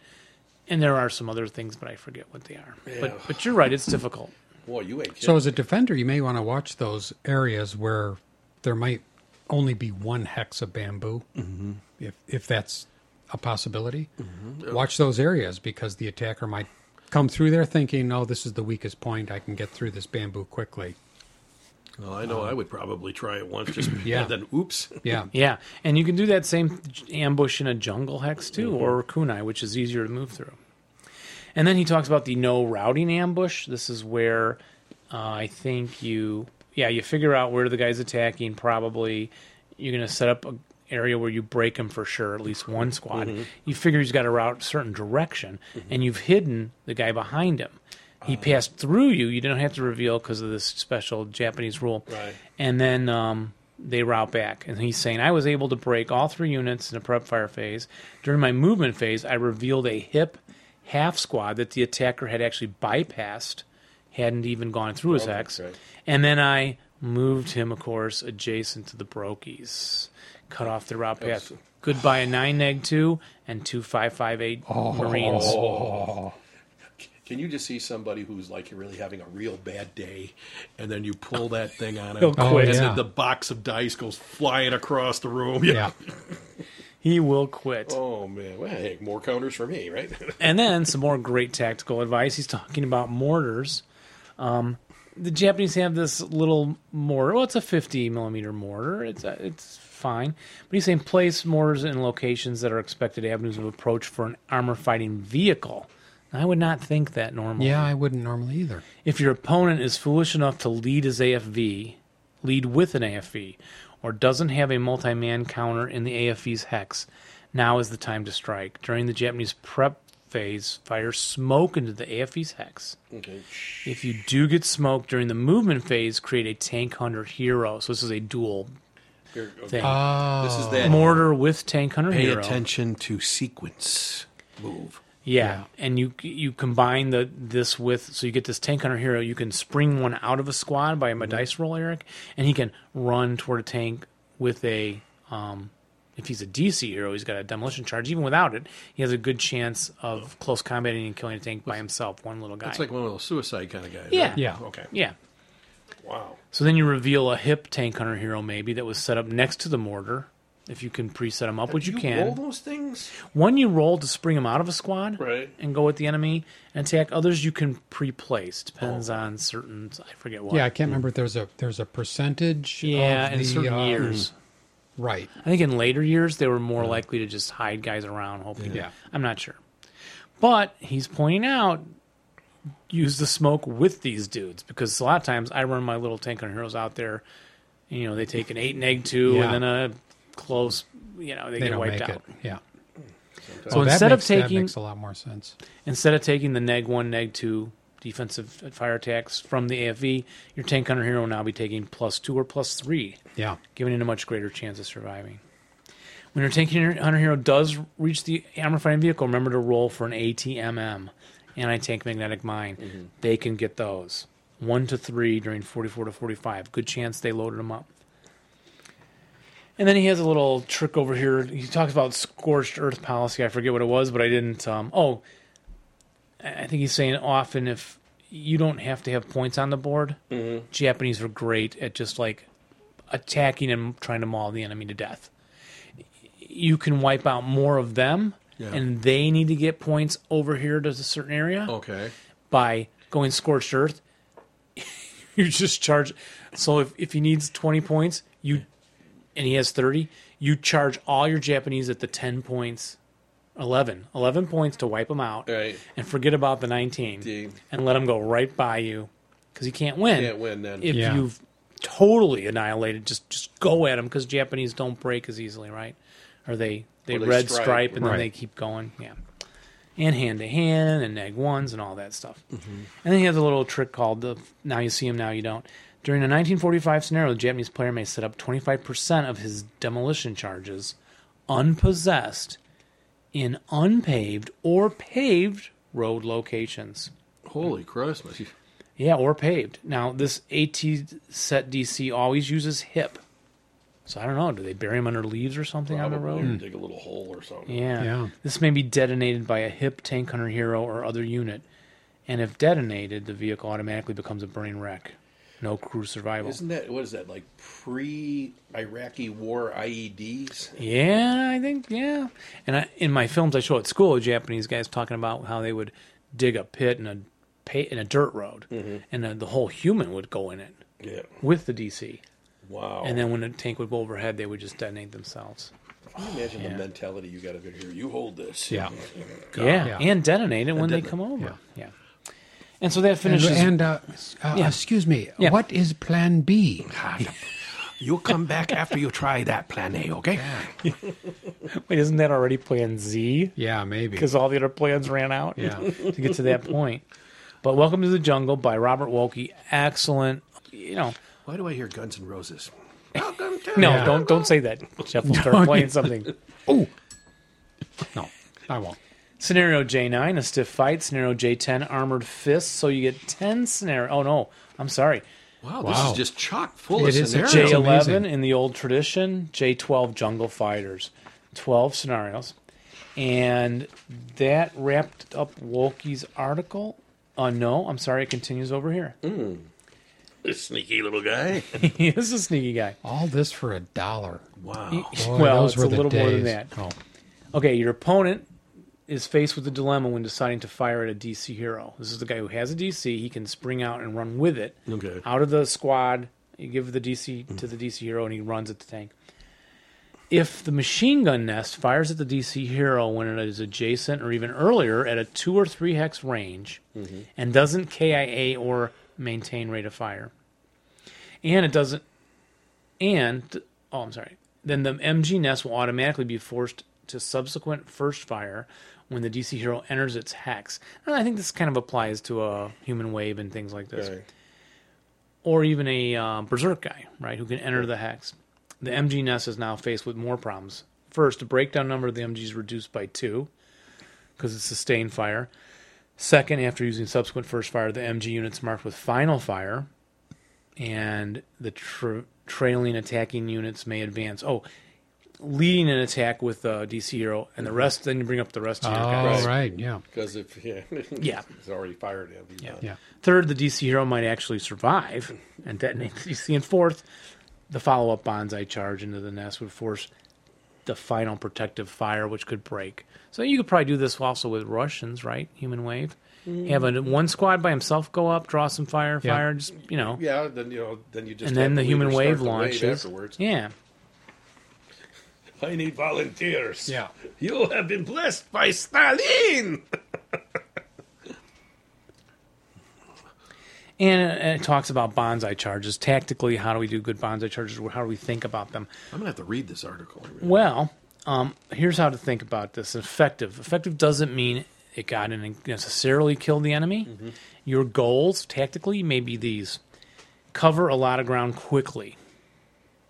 Speaker 5: And there are some other things, but I forget what they are. But but you're right, it's difficult.
Speaker 4: Boy, you ain't kidding.
Speaker 3: So as a defender, you may want to watch those areas where there might only be one hex of bamboo, mm-hmm. if if that's a possibility. Watch those areas because the attacker might come through there thinking, "Oh, this is the weakest point. I can get through this bamboo quickly."
Speaker 4: Well, I know I would probably try it once, just
Speaker 3: Yeah.
Speaker 4: and then oops.
Speaker 3: Yeah,
Speaker 5: Yeah, and you can do that same ambush in a jungle hex too, or kunai, which is easier to move through. And then he talks about the no routing ambush. This is where uh, I think you yeah, you figure out where the guy's attacking. Probably you're going to set up an area where you break him for sure, at least one squad. You figure he's got to route a certain direction, and you've hidden the guy behind him. He passed through you. You don't have to reveal because of this special Japanese rule.
Speaker 4: Right.
Speaker 5: And then um, they route back. And he's saying, I was able to break all three units in the prep fire phase. During my movement phase, I revealed a hip half squad that the attacker had actually bypassed, hadn't even gone through his hex.
Speaker 4: right.
Speaker 5: And then I moved him, of course, adjacent to the Brokies, cut off the route path. Goodbye, a 9 neg 2 and two five five eight Marines.
Speaker 4: Oh. Can you just see somebody who's like really having a real bad day, and then you pull that thing on him,
Speaker 5: He'll quit.
Speaker 4: and
Speaker 3: yeah.
Speaker 4: then the box of dice goes flying across the room? Yeah.
Speaker 3: Yeah.
Speaker 5: He will quit.
Speaker 4: Oh man, well, hey, more counters for me, right?
Speaker 5: and then some more great tactical advice. He's talking about mortars. Um, the Japanese have this little mortar. Well, it's a 50 millimeter mortar. It's uh it's fine, but he's saying place mortars in locations that are expected avenues of approach for an armor fighting vehicle. I would not think that normally.
Speaker 3: Yeah, I wouldn't normally either.
Speaker 5: If your opponent is foolish enough to lead his AFV, lead with an AFV, or doesn't have a multi man counter in the AFV's hex, now is the time to strike. During the Japanese prep phase, fire smoke into the AFV's hex.
Speaker 4: okay.
Speaker 5: If you do get smoke during the movement phase, create a tank hunter hero. So this is a dual
Speaker 4: Here, okay.
Speaker 5: thing.
Speaker 4: this is that.
Speaker 5: Mortar with tank hunter
Speaker 6: Ah. Pay
Speaker 5: Uh, hero.
Speaker 6: attention to sequence move.
Speaker 5: Yeah. and you you combine the this with so you get this tank hunter hero. You can spring one out of a squad by a dice roll, Eric, and he can run toward a tank with a. Um, if he's a DC hero, he's got a demolition charge. Even without it, he has a good chance of close combating and killing a tank by himself, one little guy.
Speaker 4: It's like one of those suicide kind of guys.
Speaker 5: yeah,
Speaker 4: right?
Speaker 5: yeah,
Speaker 4: Okay.
Speaker 5: yeah.
Speaker 4: Wow.
Speaker 5: So then you reveal a hip tank hunter hero maybe that was set up next to the mortar. If you can preset him up, which you, can.
Speaker 4: roll those things.
Speaker 5: One you roll to spring them out of a squad
Speaker 4: Right.
Speaker 5: and go with the enemy and attack. Others you can pre-place. Depends on certain. I forget what.
Speaker 3: Yeah, I can't remember if there's a there's a percentage.
Speaker 5: yeah,
Speaker 3: of
Speaker 5: in
Speaker 3: the,
Speaker 5: certain
Speaker 3: uh,
Speaker 5: years.
Speaker 3: Right.
Speaker 5: um, I think in later years they were more likely to just hide guys around, hoping.
Speaker 3: Yeah.
Speaker 5: I'm not sure, but he's pointing out use the smoke with these dudes because a lot of times I run my little tank on heroes out there. You know, they take an eight and egg two,
Speaker 3: Yeah.
Speaker 5: and then a close. You know, they,
Speaker 3: They
Speaker 5: get
Speaker 3: don't
Speaker 5: wiped
Speaker 3: make
Speaker 5: out.
Speaker 3: it. Yeah.
Speaker 5: So
Speaker 3: Oh, that
Speaker 5: instead of
Speaker 3: makes- that
Speaker 5: taking
Speaker 3: makes a lot more sense.
Speaker 5: instead of taking the neg one, neg two defensive fire attacks from the AFV, your tank hunter hero will now be taking plus two or plus three,
Speaker 3: Yeah.
Speaker 5: giving it a much greater chance of surviving. When your tank hunter hunter hero does reach the armor fighting vehicle, remember to roll for an ATMM, anti tank magnetic mine. They can get those one to three during 44 to 45. Good chance they loaded them up. And then he has a little trick over here. He talks about scorched earth policy. I forget what it was, but I didn't. Um, oh, I I think he's saying often if you don't have to have points on the board, Japanese are great at just like attacking and trying to maul the enemy to death. You can wipe out more of them, and they need to get points over here to a certain area
Speaker 4: Okay.
Speaker 5: by going scorched earth. you just charge. So if, if he needs 20 points, you and he has 30, you charge all your Japanese at the 10 points, 11, 11 points to wipe them out,
Speaker 4: Right.
Speaker 5: and forget about the 19
Speaker 4: Ding.
Speaker 5: and let him go right by you because he can't win.
Speaker 4: Can't win then.
Speaker 5: If
Speaker 3: Yeah.
Speaker 5: you've totally annihilated, just just go at him because Japanese don't break as easily, right? Or they they,
Speaker 4: Or they
Speaker 5: red
Speaker 4: stripe,
Speaker 5: stripe, and then they
Speaker 3: right.
Speaker 5: keep going, yeah. And hand to hand and neg ones and all that stuff.
Speaker 4: Mm-hmm.
Speaker 5: And then he has a little trick called the now you see him, now you don't. During a 1945 scenario, the Japanese player may set up 25% of his demolition charges unpossessed in unpaved or paved road locations.
Speaker 4: Holy Christmas!
Speaker 5: Yeah, or paved. Now this AT set DC always uses hip. So I don't know. Do they bury him under leaves or something on the road?
Speaker 4: Probably Mm. dig a little hole or something.
Speaker 5: Yeah.
Speaker 3: Yeah.
Speaker 5: This may be detonated by a hip tank hunter hero or other unit, and if detonated, the vehicle automatically becomes a burning wreck. No crew survival.
Speaker 4: Isn't that what is that like pre-Iraqi war
Speaker 6: E
Speaker 4: IEDs?
Speaker 5: Yeah, I think yeah. And I, in my films, I show at school Japanese guys talking about how they would dig a pit in a pa- in a dirt road,
Speaker 4: Mm-hmm.
Speaker 5: and then the whole human would go in it
Speaker 4: Yeah.
Speaker 5: with the DC.
Speaker 4: Wow.
Speaker 5: And then when a tank would go overhead, they would just detonate themselves.
Speaker 4: Can you imagine the mentality you got to get here? You hold this.
Speaker 3: Yeah.
Speaker 5: Yeah,
Speaker 3: Yeah.
Speaker 5: and detonate it when they come over. Yeah. And so that
Speaker 3: And,
Speaker 5: finishes.
Speaker 3: and, uh, s- uh,
Speaker 5: Yeah.
Speaker 3: excuse me,
Speaker 5: Yeah.
Speaker 3: what is Plan B?
Speaker 6: God. You'll come back after you try that plan A, okay?
Speaker 5: wait, isn't that already Plan Z?
Speaker 3: Yeah, maybe.
Speaker 5: Because all the other plans ran out.
Speaker 3: Yeah.
Speaker 5: to get to that point. But Welcome to the Jungle by Robert Wolke, excellent. You know,
Speaker 6: Why do I hear Guns N' Roses?
Speaker 5: no, don't don't say that. Jeff will start playing something.
Speaker 3: No, I won't.
Speaker 5: Scenario J9, a stiff fight. Scenario J10, armored fist. So you get 10 scenario. Oh, no. I'm sorry.
Speaker 6: Wow, this
Speaker 3: Wow.
Speaker 6: is just chock full of
Speaker 3: It is a
Speaker 6: scenarios.
Speaker 3: That's amazing.
Speaker 5: J11 in the old tradition. J12, jungle fighters. 12 scenarios. And that wrapped up Wolke's article. Uh, no, I'm sorry. It continues over here.
Speaker 3: Mm.
Speaker 6: Sneaky little guy.
Speaker 5: he is a sneaky guy.
Speaker 3: All this for a dollar.
Speaker 6: Wow.
Speaker 3: Boy,
Speaker 5: well,
Speaker 3: Oh, those
Speaker 5: it's
Speaker 3: were
Speaker 5: a
Speaker 3: the
Speaker 5: little
Speaker 3: days.
Speaker 5: more than that.
Speaker 3: Oh,
Speaker 5: Okay, your opponent is faced with a dilemma when deciding to fire at a DC hero. This is the guy who has a DC. He can spring out and run with it
Speaker 6: Okay.
Speaker 5: out of the squad. You give the DC to the DC hero, and he runs at the tank. If the machine gun nest fires at the DC hero when it is adjacent or even earlier at a two or three hex range and doesn't KIA or maintain rate of fire, and it doesn't and oh i'm sorry then the mg nest will automatically be forced to subsequent first fire when the dc hero enters its hex and i think this kind of applies to a human wave and things like this
Speaker 4: Right.
Speaker 5: or even a uh, berserk guy right who can enter the hex the mg nest is now faced with more problems first the breakdown number of the mg is reduced by two because it's sustained fire second after using subsequent first fire the mg units marked with final fire and the tr trailing attacking units may advance. Oh, leading an attack with uh, DC hero, and the rest. Then you bring up the rest of your guys.
Speaker 3: all Oh, right. Yeah.
Speaker 4: Because if yeah,
Speaker 5: Yeah.
Speaker 4: it's already fired him. Yeah.
Speaker 3: Yeah.
Speaker 5: Third, the DC hero might actually survive and detonate the DC. And fourth, the follow up bonsai charge into the nest would force the final protective fire, which could break. So you could probably do this also with Russians, right? Human wave.
Speaker 4: Mm-hmm.
Speaker 5: Have a, one squad by himself go up, draw some fire,
Speaker 3: Yeah.
Speaker 5: fire, just, you know.
Speaker 4: Yeah, then you know, then you just
Speaker 5: And then
Speaker 4: have
Speaker 5: the human
Speaker 4: leader
Speaker 5: wave
Speaker 4: start the
Speaker 5: launches.
Speaker 4: afterwards.
Speaker 5: Yeah.
Speaker 6: I need volunteers.
Speaker 3: Yeah.
Speaker 6: You have been blessed by Stalin.
Speaker 5: And it, and it talks about bonsai charges. Tactically, how do we do good bonsai charges? How do we think about them?
Speaker 6: I'm going to have to read this article. I mean,
Speaker 5: Well, um, here's how to think about this effective. Effective doesn't mean it got in and necessarily killed the enemy. Your goals, tactically, may be these cover a lot of ground quickly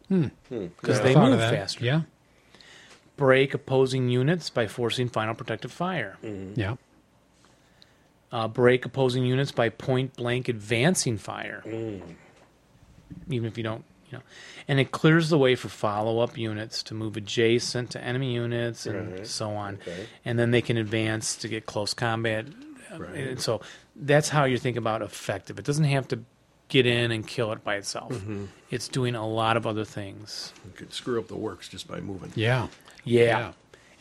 Speaker 5: because they
Speaker 3: Hmm. Thought of
Speaker 5: move
Speaker 3: that.
Speaker 5: faster.
Speaker 3: Yeah.
Speaker 5: Break opposing units by forcing final protective fire.
Speaker 3: Yeah.
Speaker 5: uh, break opposing units by point blank advancing fire, even if you don't, you know. And it clears the way for follow up units to move adjacent to enemy units and so on, and then they can advance to get close combat. Um, And so that's how you think about effective. It doesn't have to get in and kill it by itself. It's doing a lot of other things.
Speaker 6: you could screw up the works just by moving.
Speaker 3: Yeah.
Speaker 5: Yeah.
Speaker 3: Yeah.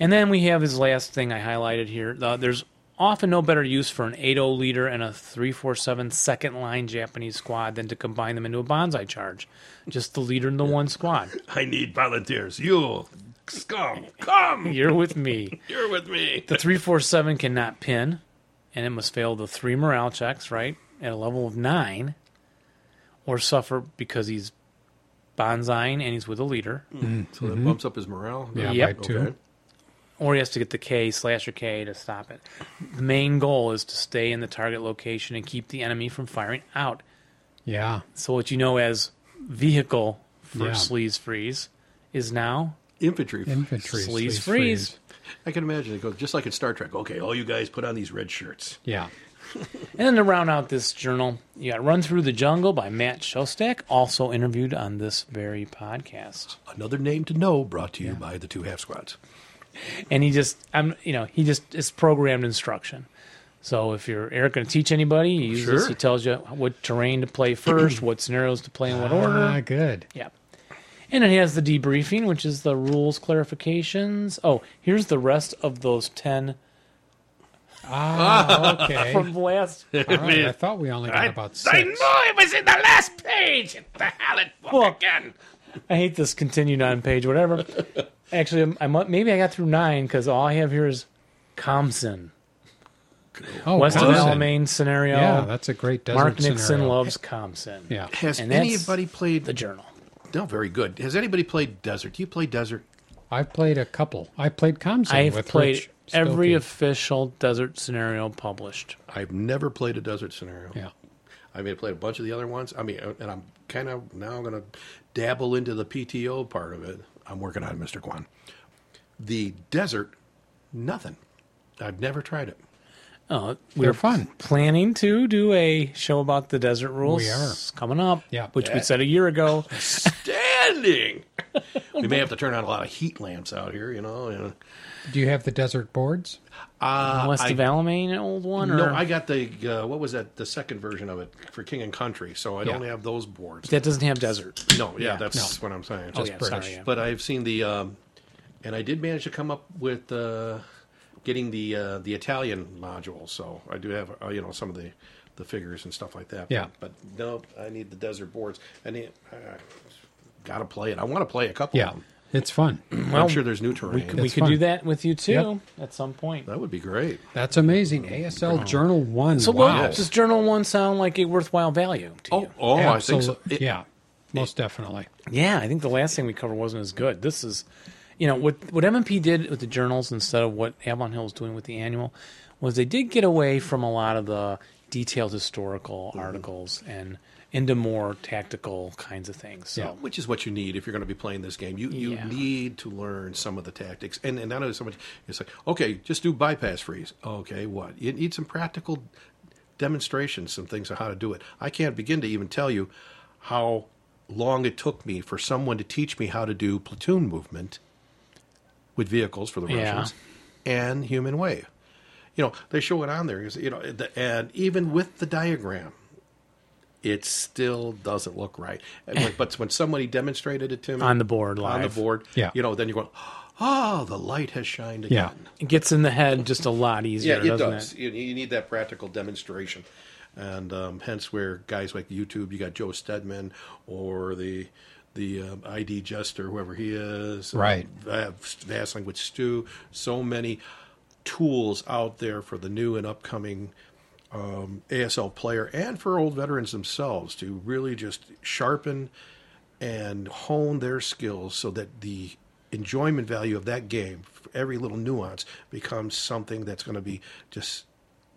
Speaker 5: And then we have his last thing I highlighted here. Uh, there's often no better use for an 8 leader and a 347 second line Japanese squad than to combine them into a bonsai charge. Just the leader and the one squad.
Speaker 6: I need volunteers. You scum, come.
Speaker 5: You're with me.
Speaker 6: You're with me.
Speaker 5: The 347 cannot pin, and it must fail the three morale checks, right? At a level of nine, or suffer because he's bonsaiing and he's with a leader.
Speaker 6: So that bumps up his morale.
Speaker 3: Yeah.
Speaker 5: Yep.
Speaker 3: By two.
Speaker 6: Okay.
Speaker 5: or he has to get the K slash or K to stop it. The main goal is to stay in the target location and keep the enemy from firing out.
Speaker 3: Yeah.
Speaker 5: So what you know as vehicle for
Speaker 3: Yeah.
Speaker 5: sleaze freeze is now
Speaker 6: Infantry.
Speaker 3: Infantry.
Speaker 5: Sleaze
Speaker 3: sleaze
Speaker 5: freeze.
Speaker 6: I can imagine it goes just like in Star Trek. Okay, all you guys put on these red shirts.
Speaker 3: Yeah.
Speaker 5: And then to round out this journal, you got Run Through the Jungle by Matt Shostak, also interviewed on this very podcast.
Speaker 6: Another name to know brought to you by the two half squads.
Speaker 5: and he just I'm you know he just it's programmed instruction. So if you're Eric going to teach anybody, you use this.
Speaker 6: Sure.
Speaker 5: He tells you what terrain to play first, what scenarios to play in what order.
Speaker 3: Ah, good.
Speaker 5: Yeah. And it has the debriefing, which is the rules clarifications. Oh, here's the rest of those 10 Uh,
Speaker 3: Ah, okay.
Speaker 5: from last.
Speaker 3: All right. I thought we only got about six.
Speaker 6: it was in the last page. It's the Hallet book
Speaker 5: Well-
Speaker 6: again.
Speaker 5: I hate this continued on page, whatever. Actually, I'm, I'm, maybe I got through nine because all I have here is Comson.
Speaker 3: Oh,
Speaker 5: West
Speaker 3: wow.
Speaker 5: of Alamein scenario.
Speaker 3: Yeah, that's a great desert
Speaker 5: Mark Nixon
Speaker 3: scenario.
Speaker 5: loves Compson.
Speaker 3: Yeah.
Speaker 4: Has
Speaker 5: And that's
Speaker 4: anybody played
Speaker 5: The Journal.
Speaker 4: No, very good. Has anybody played Desert? Do you play Desert?
Speaker 3: I've played a couple. I played Comsat
Speaker 5: I've
Speaker 3: with
Speaker 5: played
Speaker 3: Rich
Speaker 5: every
Speaker 3: Stokke.
Speaker 5: official desert scenario published.
Speaker 4: I've never played a Desert scenario.
Speaker 3: yeah.
Speaker 4: I mean, I played a bunch of the other ones. I mean, and I'm kind of now going to dabble into the PTO part of it. I'm working on it, Mr. Kwan. The Desert, nothing. I've never tried it.
Speaker 5: Uh,
Speaker 3: They're
Speaker 5: we're
Speaker 3: fun.
Speaker 5: planning to do a show about the desert rules.
Speaker 3: We are.
Speaker 5: coming up.
Speaker 3: Yeah.
Speaker 5: which we said a year ago.
Speaker 4: Standing. we may have to turn on a lot of heat lamps out here, you know. You know.
Speaker 3: Do you have the desert boards?
Speaker 5: West
Speaker 4: I-
Speaker 5: of Alamein, an old one.
Speaker 4: No,
Speaker 5: or-
Speaker 4: I got the uh, what was that? The second version of it for King and Country. So I don't
Speaker 3: Yeah.
Speaker 4: have those boards.
Speaker 5: that doesn't have desert.
Speaker 4: no, yeah, that's what I'm saying.
Speaker 5: Oh
Speaker 4: Just-
Speaker 5: yeah,
Speaker 3: British.
Speaker 5: sorry. Yeah.
Speaker 4: But I've seen the, um, and I did manage to come up with uh, getting the uh, the Italian module. So I do have uh, you know some of the the figures and stuff like that.
Speaker 3: Yeah.
Speaker 4: But, but no, I need the desert boards. I need. Uh, Got to play it. I want to play a couple
Speaker 3: Yeah.
Speaker 4: of them.
Speaker 3: It's fun.
Speaker 4: I'm sure there's new terrain.
Speaker 5: we
Speaker 3: It's
Speaker 5: could
Speaker 3: fun.
Speaker 5: do that with you too
Speaker 3: Yep.
Speaker 5: at some point.
Speaker 4: that would be great.
Speaker 3: That's amazing. ASL Journal 1.
Speaker 5: So,
Speaker 3: wow.
Speaker 5: what, does Journal One sound like a worthwhile value to you?
Speaker 4: oh,
Speaker 3: Absolute- yeah. Most definitely.
Speaker 5: Yeah, I think the last thing we covered wasn't as good. This is, you know, what what MMP did with the journals instead of what Avalon Hill is doing with the annual was they did get away from a lot of the detailed historical
Speaker 4: Mm-hmm.
Speaker 5: articles and into more tactical kinds of things. So,
Speaker 4: which is what you need if you're going to be playing this game. You you
Speaker 5: Yeah.
Speaker 4: need to learn some of the tactics, and and not only so much. It's like okay, just do bypass freeze. Okay, what you need some practical demonstrations, some things on how to do it. I can't begin to even tell you how long it took me for someone to teach me how to do platoon movement with vehicles for the
Speaker 5: Yeah.
Speaker 4: Russians and human wave. You know, they show it on there. You know, the- and even with the diagram, it still doesn't look right. And when- but when somebody demonstrated it to me
Speaker 5: On the board
Speaker 4: on the
Speaker 5: live.
Speaker 4: board,
Speaker 3: Yeah.
Speaker 4: you know, then you're going, oh, the light has shined
Speaker 3: Yeah.
Speaker 4: again.
Speaker 5: it gets in the head just a lot easier,
Speaker 4: it
Speaker 5: doesn't
Speaker 4: does.
Speaker 5: it?
Speaker 4: You, you need that practical demonstration, and um, hence where guys like YouTube, you got Joe Stedman or the the um, ID Jester, whoever he is, Uh, and
Speaker 3: Right.
Speaker 4: Va- Vast Language Stew, so many tools out there for the new and upcoming um, ASL player and for old veterans themselves to really just sharpen and hone their skills so that the enjoyment value of that game, every little nuance, becomes something that's going to be just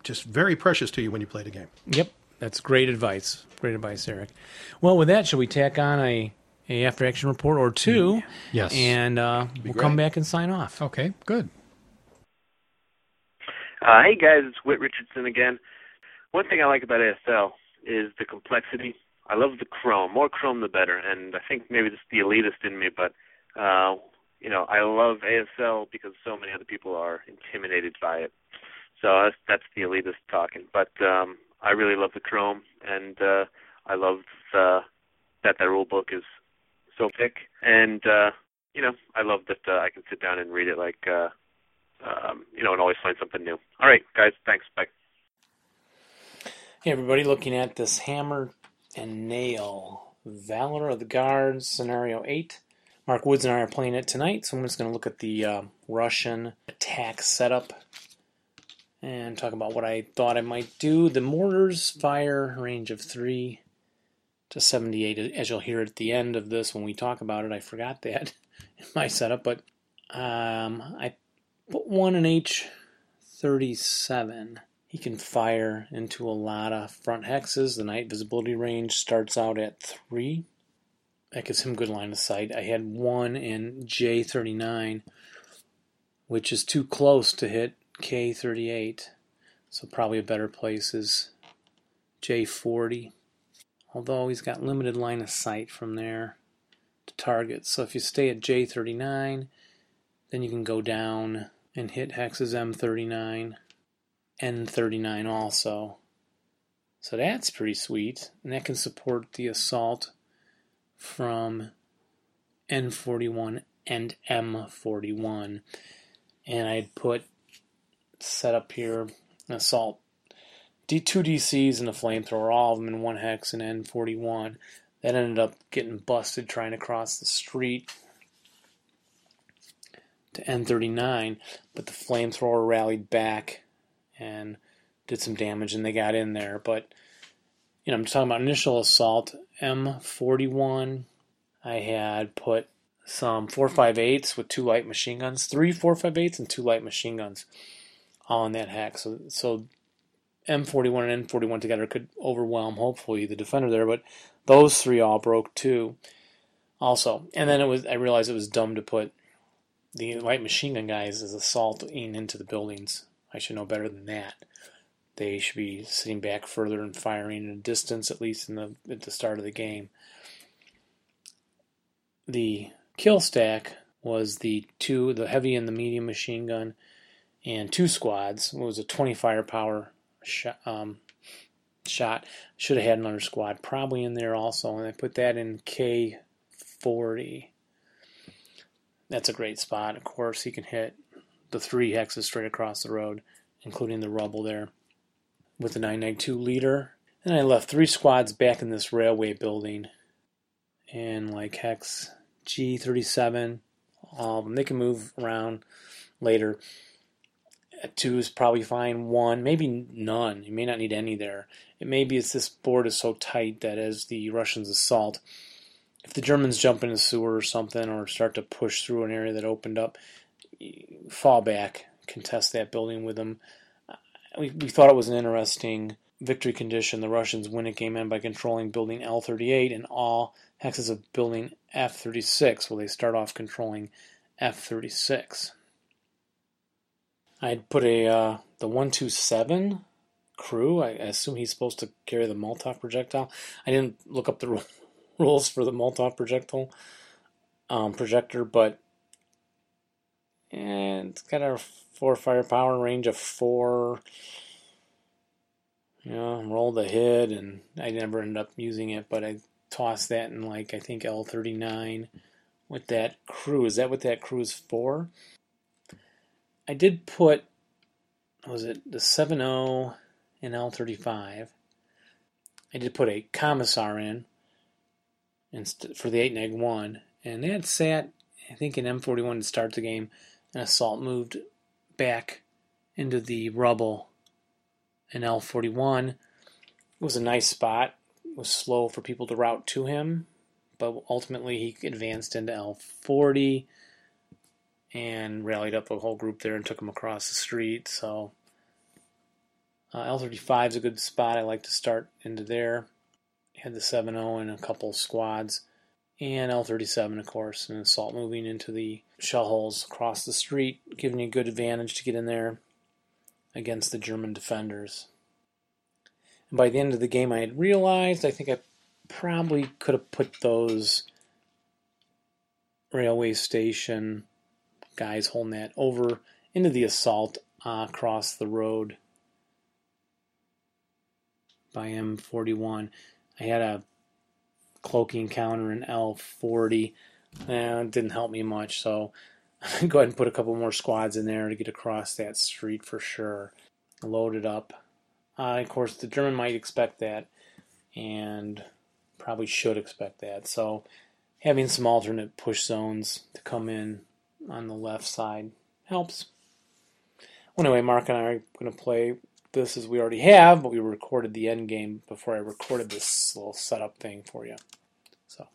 Speaker 4: just very precious to you when you play the game.
Speaker 5: Yep, that's great advice. Great advice, Eric. Well, with that, shall we tack on a, a after action report or two?
Speaker 3: Yes.
Speaker 5: and uh, we'll come back and sign off.
Speaker 3: Okay. Good.
Speaker 9: Uh, hey guys, it's Whit Richardson again. One thing I like about ASL is the complexity. I love the Chrome. More Chrome, the better. And I think maybe this is the elitist in me, but uh, you know, I love ASL because so many other people are intimidated by it. So that's, that's the elitist talking. But um, I really love the Chrome, and uh, I love uh, that that rule book is so thick. And uh, you know, I love that uh, I can sit down and read it like. Uh, um, you know, and always find something new. All right, guys, thanks. Bye.
Speaker 5: Hey, everybody, looking at this hammer and nail Valor of the Guards scenario 8. Mark Woods and I are playing it tonight, so I'm just going to look at the um Russian attack setup and talk about what I thought I might do. The mortars fire range of 3 to 78, as you'll hear at the end of this when we talk about it. I forgot that in my setup, but um, I put one in each 37. He can fire into a lot of front hexes. The night visibility range starts out at 3. That gives him good line of sight. I had one in J39, which is too close to hit K38. So probably a better place is J40. Although he's got limited line of sight from there to target. So if you stay at J39, then you can go down and hit hexes M39, N39 also. So that's pretty sweet. And that can support the assault from N41 and M41. And I put set up here an assault D two DCs and a flamethrower, all of them in one hex and N41. That ended up getting busted trying to cross the street to N39, but the flamethrower rallied back and did some damage and they got in there. But you know, I'm talking about initial assault M41. I had put some 458s with two light machine guns, three 458s and two light machine guns all in that hack. So so M41 and N41 together could overwhelm hopefully the defender there, but those three all broke too. Also, and then it was I realized it was dumb to put the light machine gun guys as assaulting into the buildings. I should know better than that. They should be sitting back further and firing at a distance, at least in the at the start of the game. The kill stack was the two, the heavy and the medium machine gun, and two squads. It was a 20 firepower shot. Um, shot. Should have had another squad probably in there also, and I put that in K40. That's a great spot. Of course, he can hit the three hexes straight across the road, including the rubble there, with the 992 leader. And I left three squads back in this railway building, and like hex G37, all of them. They can move around later two is probably fine. One, maybe none. You may not need any there. It maybe it's this board is so tight that as the Russians assault, if the Germans jump in a sewer or something or start to push through an area that opened up, fall back, contest that building with them. We, we thought it was an interesting victory condition. The Russians win a game end by controlling building L38 and all hexes of building F36. Well, they start off controlling F36. I'd put a uh, the one two seven crew. I assume he's supposed to carry the Molotov projectile. I didn't look up the ru- rules for the Molotov projectile um, projector, but eh, it's got a four firepower range of four. You know, rolled a hit, and I never ended up using it, but I tossed that in like I think L thirty nine with that crew. Is that what that crew is for? I did put was it the 7.0 and L35. I did put a commissar in inst- for the 8 neg 1, and that sat, I think, in M41 to start the game. And assault moved back into the rubble in L41. It was a nice spot. It was slow for people to route to him, but ultimately he advanced into L40 and rallied up a whole group there and took them across the street. So uh, L35 is a good spot. I like to start into there. Had the 7 0 and a couple squads. And L37, of course, an assault moving into the shell holes across the street, giving you a good advantage to get in there against the German defenders. And by the end of the game, I had realized I think I probably could have put those railway station guys holding that over into the assault uh, across the road by M41. I had a cloaking counter in L40. Eh, it didn't help me much, so I'm going to go ahead and put a couple more squads in there to get across that street for sure. Load it up. Uh, of course, the German might expect that, and probably should expect that. So, having some alternate push zones to come in on the left side helps. Well, anyway, Mark and I are going to play this as we already have, but we recorded the end game before I recorded this little setup thing for you. So,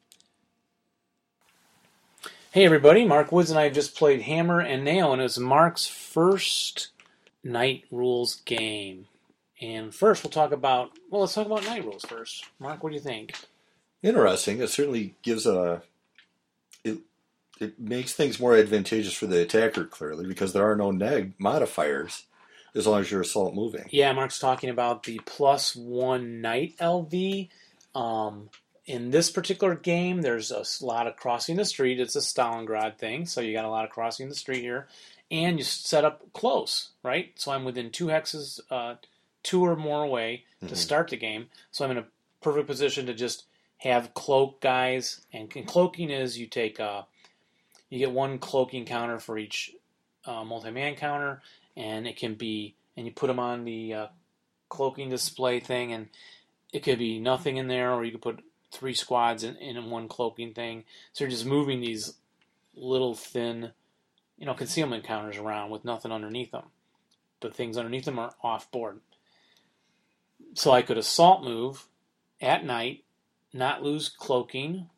Speaker 5: hey everybody, Mark Woods and I have just played Hammer and Nail, and it was Mark's first Night Rules game. And first, we'll talk about well, let's talk about Night Rules first. Mark, what do you think?
Speaker 10: Interesting. It certainly gives a it it makes things more advantageous for the attacker clearly because there are no neg modifiers as long as your assault moving.
Speaker 5: Yeah, Mark's talking about the plus one knight LV. Um, in this particular game, there's a s- lot of crossing the street. It's a Stalingrad thing, so you got a lot of crossing the street here, and you set up close, right? So I'm within two hexes, uh, two or more away to start the game. So I'm in a perfect position to just have cloak guys, and, and cloaking is you take uh, you get one cloaking counter for each uh, multi-man counter, and it can be and you put them on the uh, cloaking display thing, and it could be nothing in there, or you could put three squads in, in one cloaking thing. So you're just moving these little thin, you know, concealment counters around with nothing underneath them, but things underneath them are off board. So I could assault move at night, not lose cloaking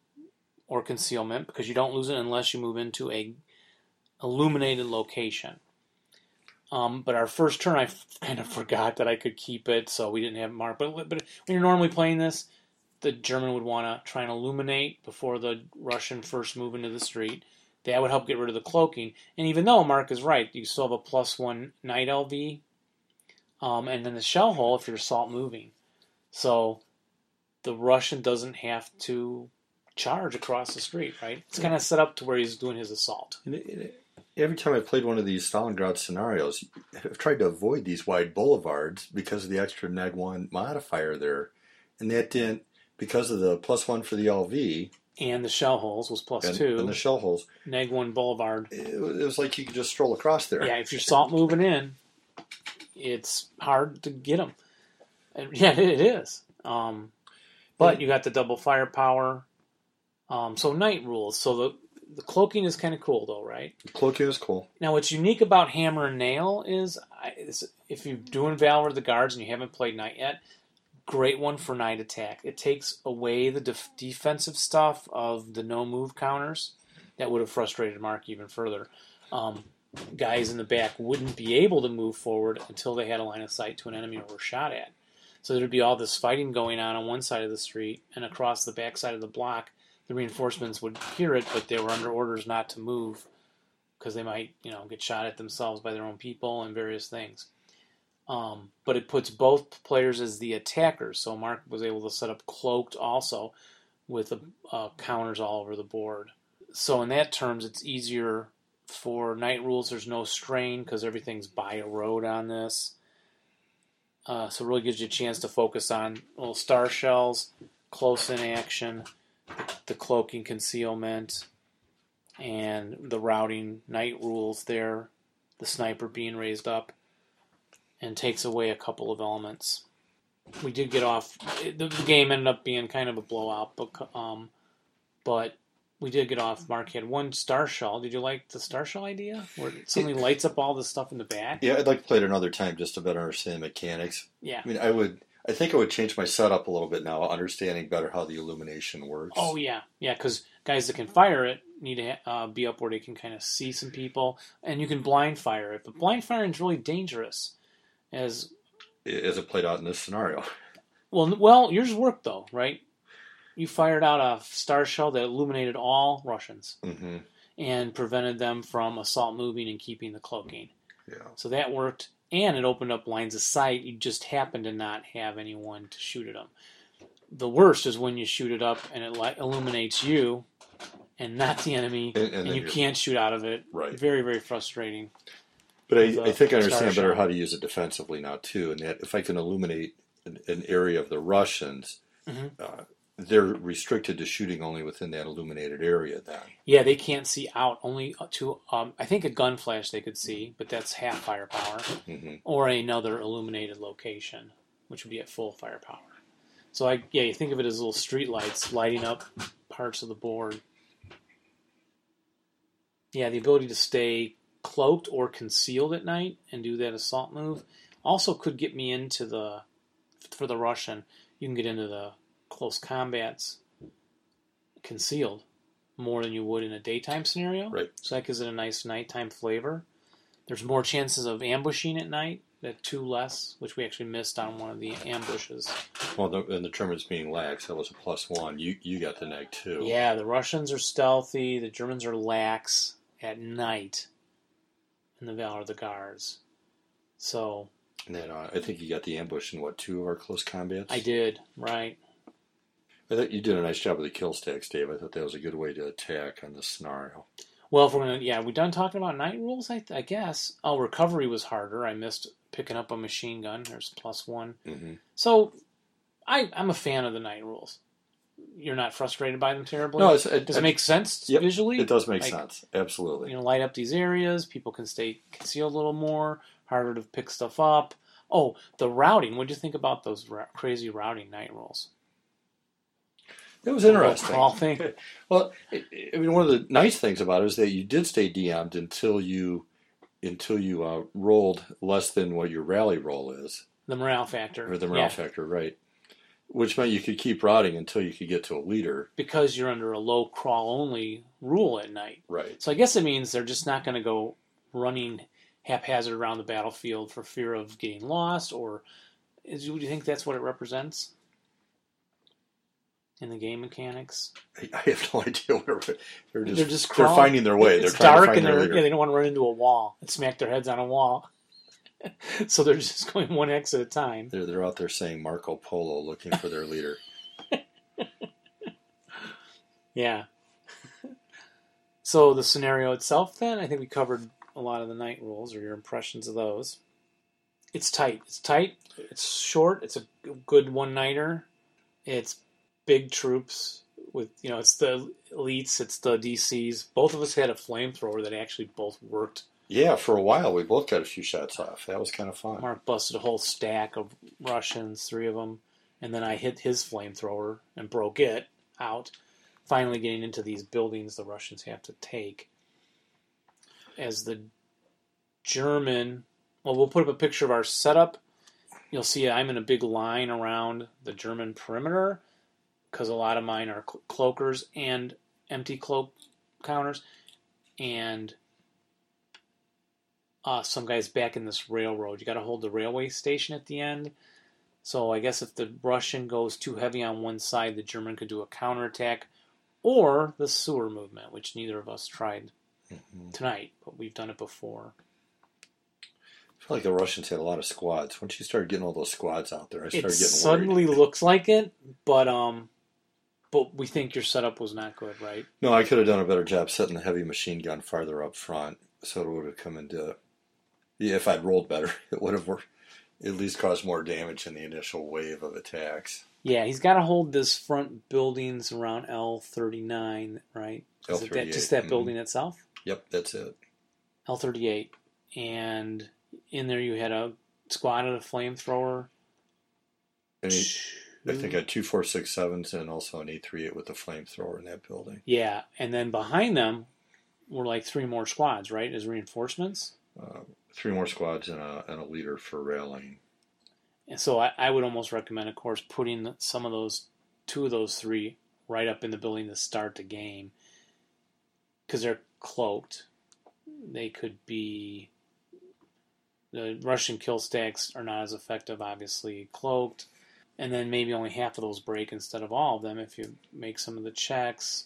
Speaker 5: or concealment because you don't lose it unless you move into a illuminated location. Um, but our first turn, I f- kind of forgot that I could keep it, so we didn't have mark. But, but when you're normally playing this, the German would want to try and illuminate before the Russian first move into the street. That would help get rid of the cloaking. And even though Mark is right, you still have a plus one night LV, um, and then the shell hole if you're assault moving. So the Russian doesn't have to charge across the street, right? It's kind of set up to where he's doing his assault.
Speaker 10: And it- it- Every time I played one of these Stalingrad scenarios, I've tried to avoid these wide boulevards because of the extra neg one modifier there, and that didn't because of the plus one for the LV
Speaker 5: And the shell holes was plus
Speaker 10: and,
Speaker 5: two.
Speaker 10: and the shell holes.
Speaker 5: Neg one Boulevard.
Speaker 10: It was, it was like you could just stroll across there.
Speaker 5: Yeah, if you're salt moving in, it's hard to get them. yeah, it is. Um, but you got the double firepower. Um, so night rules. So the the cloaking is kind of cool though, right?
Speaker 10: Cloaking is cool.
Speaker 5: Now, what's unique about Hammer and Nail is, I- is if you're doing Valor of the Guards and you haven't played Knight yet, great one for Knight attack. It takes away the def- defensive stuff of the no move counters that would have frustrated Mark even further. Um, guys in the back wouldn't be able to move forward until they had a line of sight to an enemy or were shot at. So there'd be all this fighting going on on one side of the street and across the back side of the block. The reinforcements would hear it, but they were under orders not to move because they might, you know, get shot at themselves by their own people and various things. Um, but it puts both players as the attackers. So Mark was able to set up cloaked also with uh, counters all over the board. So in that terms, it's easier for night rules. There's no strain because everything's by a road on this. Uh, so it really gives you a chance to focus on little star shells, close in action, the cloaking concealment, and the routing night rules there, the sniper being raised up, and takes away a couple of elements. We did get off. it- The the game ended up being kind of a blowout, but um, but we did get off. Mark had one star shell. Did you like the star shell idea, where it suddenly lights up all the stuff in the back?
Speaker 10: Yeah, I'd like to play it another time just to better understand the mechanics.
Speaker 5: Yeah.
Speaker 10: I mean, I would. I think I would change my setup a little bit now, understanding better how the illumination works.
Speaker 5: Oh yeah, yeah. Because guys that can fire it need to ha- uh, be up where they can kind of see some people, and you can blind fire it. But blind firing is really dangerous, as
Speaker 10: As it played out in this scenario.
Speaker 5: well. n- Well, yours worked though, right? You fired out a star shell that illuminated all Russians
Speaker 10: Mm-hmm.
Speaker 5: and prevented them from assault moving and keeping the cloaking.
Speaker 10: Yeah.
Speaker 5: So that worked, and it opened up lines of sight. You just happen to not have anyone to shoot at them. The worst is when you shoot it up and it li- illuminates you and not the enemy,
Speaker 10: And-
Speaker 5: and,
Speaker 10: and then
Speaker 5: you
Speaker 10: you're-
Speaker 5: can't shoot out of it.
Speaker 10: Right.
Speaker 5: Very, very frustrating.
Speaker 10: But
Speaker 5: With, uh,
Speaker 10: I, I think
Speaker 5: Star
Speaker 10: I understand better
Speaker 5: Shot.
Speaker 10: how to use it defensively now too, and that if I can illuminate an, an area of the Russians,
Speaker 5: Mhm.
Speaker 10: uh, they're restricted to shooting only within that illuminated area. Then
Speaker 5: Yeah, they can't see out. Only up to, um, I think a gun flash they could see, but that's half firepower,
Speaker 10: Mhm.
Speaker 5: or another illuminated location, which would be at full firepower. So I, yeah, you think of it as little street lights lighting up parts of the board. Yeah, the ability to stay cloaked or concealed at night and do that assault move also could get me into the for the Russian. You can get into the close combats concealed more than you would in a daytime scenario.
Speaker 10: Right.
Speaker 5: So that gives it a nice nighttime flavor. There's more chances of ambushing at night. That two less, which we actually missed on one of the ambushes.
Speaker 10: well, the, and the Germans being lax, that was a plus one. You you got the neg two.
Speaker 5: Yeah, the Russians are stealthy. The Germans are lax at night in the Valor of the Guards. So
Speaker 10: And then uh, I think you got the ambush in what two of our close combats.
Speaker 5: I did, right?
Speaker 10: I thought you did a nice job with the kill stacks, Dave. I thought that was a good way to attack on this scenario.
Speaker 5: Well, if we're gonna, yeah, we done talking about night rules, I, I guess. Oh, recovery was harder. I missed picking up a machine gun. There's plus one.
Speaker 10: Mm-hmm.
Speaker 5: So I, I'm a fan of the night rules. You're not frustrated by them terribly.
Speaker 10: No, it's, it,
Speaker 5: Does it make sense
Speaker 10: Yep,
Speaker 5: visually?
Speaker 10: It does make
Speaker 5: Like,
Speaker 10: sense. Absolutely.
Speaker 5: you know light up these areas people can stay concealed a little more harder to pick stuff up oh the routing what do you think about those ra- crazy routing night rolls
Speaker 10: it was
Speaker 5: The little
Speaker 10: interesting.
Speaker 5: crawl thing
Speaker 10: Well, I I mean, one of the nice things about it is that you did stay DM'd until you until you uh, rolled less than what your rally roll is.
Speaker 5: The morale factor.
Speaker 10: or the morale
Speaker 5: Yeah,
Speaker 10: factor, right? Which meant you could keep rotting until you could get to a leader,
Speaker 5: Because you're under a low crawl only rule at night.
Speaker 10: right?
Speaker 5: So I guess it means they're just not going to go running haphazard around the battlefield for fear of getting lost, or is, do you think that's what it represents in the game mechanics?
Speaker 10: I- I have no idea where they're just,
Speaker 5: They're just
Speaker 10: they're
Speaker 5: crawling.
Speaker 10: finding their way. They're
Speaker 5: it's
Speaker 10: trying
Speaker 5: dark,
Speaker 10: to find
Speaker 5: and
Speaker 10: their
Speaker 5: they're,
Speaker 10: leader.
Speaker 5: yeah, they don't want to run into a wall and smack their heads on a wall, so they're just going one X at a time.
Speaker 10: They're, they're out there saying Marco Polo looking for their leader.
Speaker 5: Yeah. so the scenario itself, then, I think we covered a lot of the night rules or your impressions of those. It's tight. It's tight. It's short. It's a good one nighter. It's big troops with, you know, it's the elites, it's the DCs. Both of us had a flamethrower that actually both worked.
Speaker 10: Yeah, for a while we both got a few shots off. That was kind of fun.
Speaker 5: Mark busted a whole stack of Russians, three of them, and then I hit his flamethrower and broke it out. Finally, getting into these buildings the Russians have to take. As the German, well, we'll put up a picture of our setup. You'll see I'm in a big line around the German perimeter because a lot of mine are cl- cloakers and empty cloak counters, and uh, some guys back in this railroad. You got to hold the railway station at the end. So I guess if the Russian goes too heavy on one side, the German could do a counterattack or the sewer movement, which neither of us tried
Speaker 10: Mm-hmm.
Speaker 5: tonight, but we've done it before.
Speaker 10: I feel like the Russians had a lot of squads. Once you started getting all those squads out there, I started
Speaker 5: It
Speaker 10: getting
Speaker 5: suddenly
Speaker 10: worried.
Speaker 5: looks like it, but um, but we think your setup was not good, right?
Speaker 10: No, I could have done a better job setting the heavy machine gun farther up front, so it would have come into. Yeah, if I'd rolled better, it would have worked. At least caused more damage in the initial wave of attacks.
Speaker 5: Yeah, he's got to hold this front buildings around L thirty nine, right? Is it that, just that
Speaker 10: L38,
Speaker 5: building itself?
Speaker 10: Yep, that's it.
Speaker 5: L thirty eight, and in there you had a squad of the flamethrower.
Speaker 10: And he- I think I had two four six sevens and also an eight three eight with the flamethrower in that building.
Speaker 5: Yeah, and then behind them were like three more squads, right? As reinforcements.
Speaker 10: Uh, three more squads and a and a leader for railing.
Speaker 5: And so I, I would almost recommend, of course, putting some of those, two of those three, right up in the building to start the game, because they're cloaked. They could be. The Russian kill stacks are not as effective, obviously, cloaked, and then maybe only half of those break instead of all of them if you make some of the checks,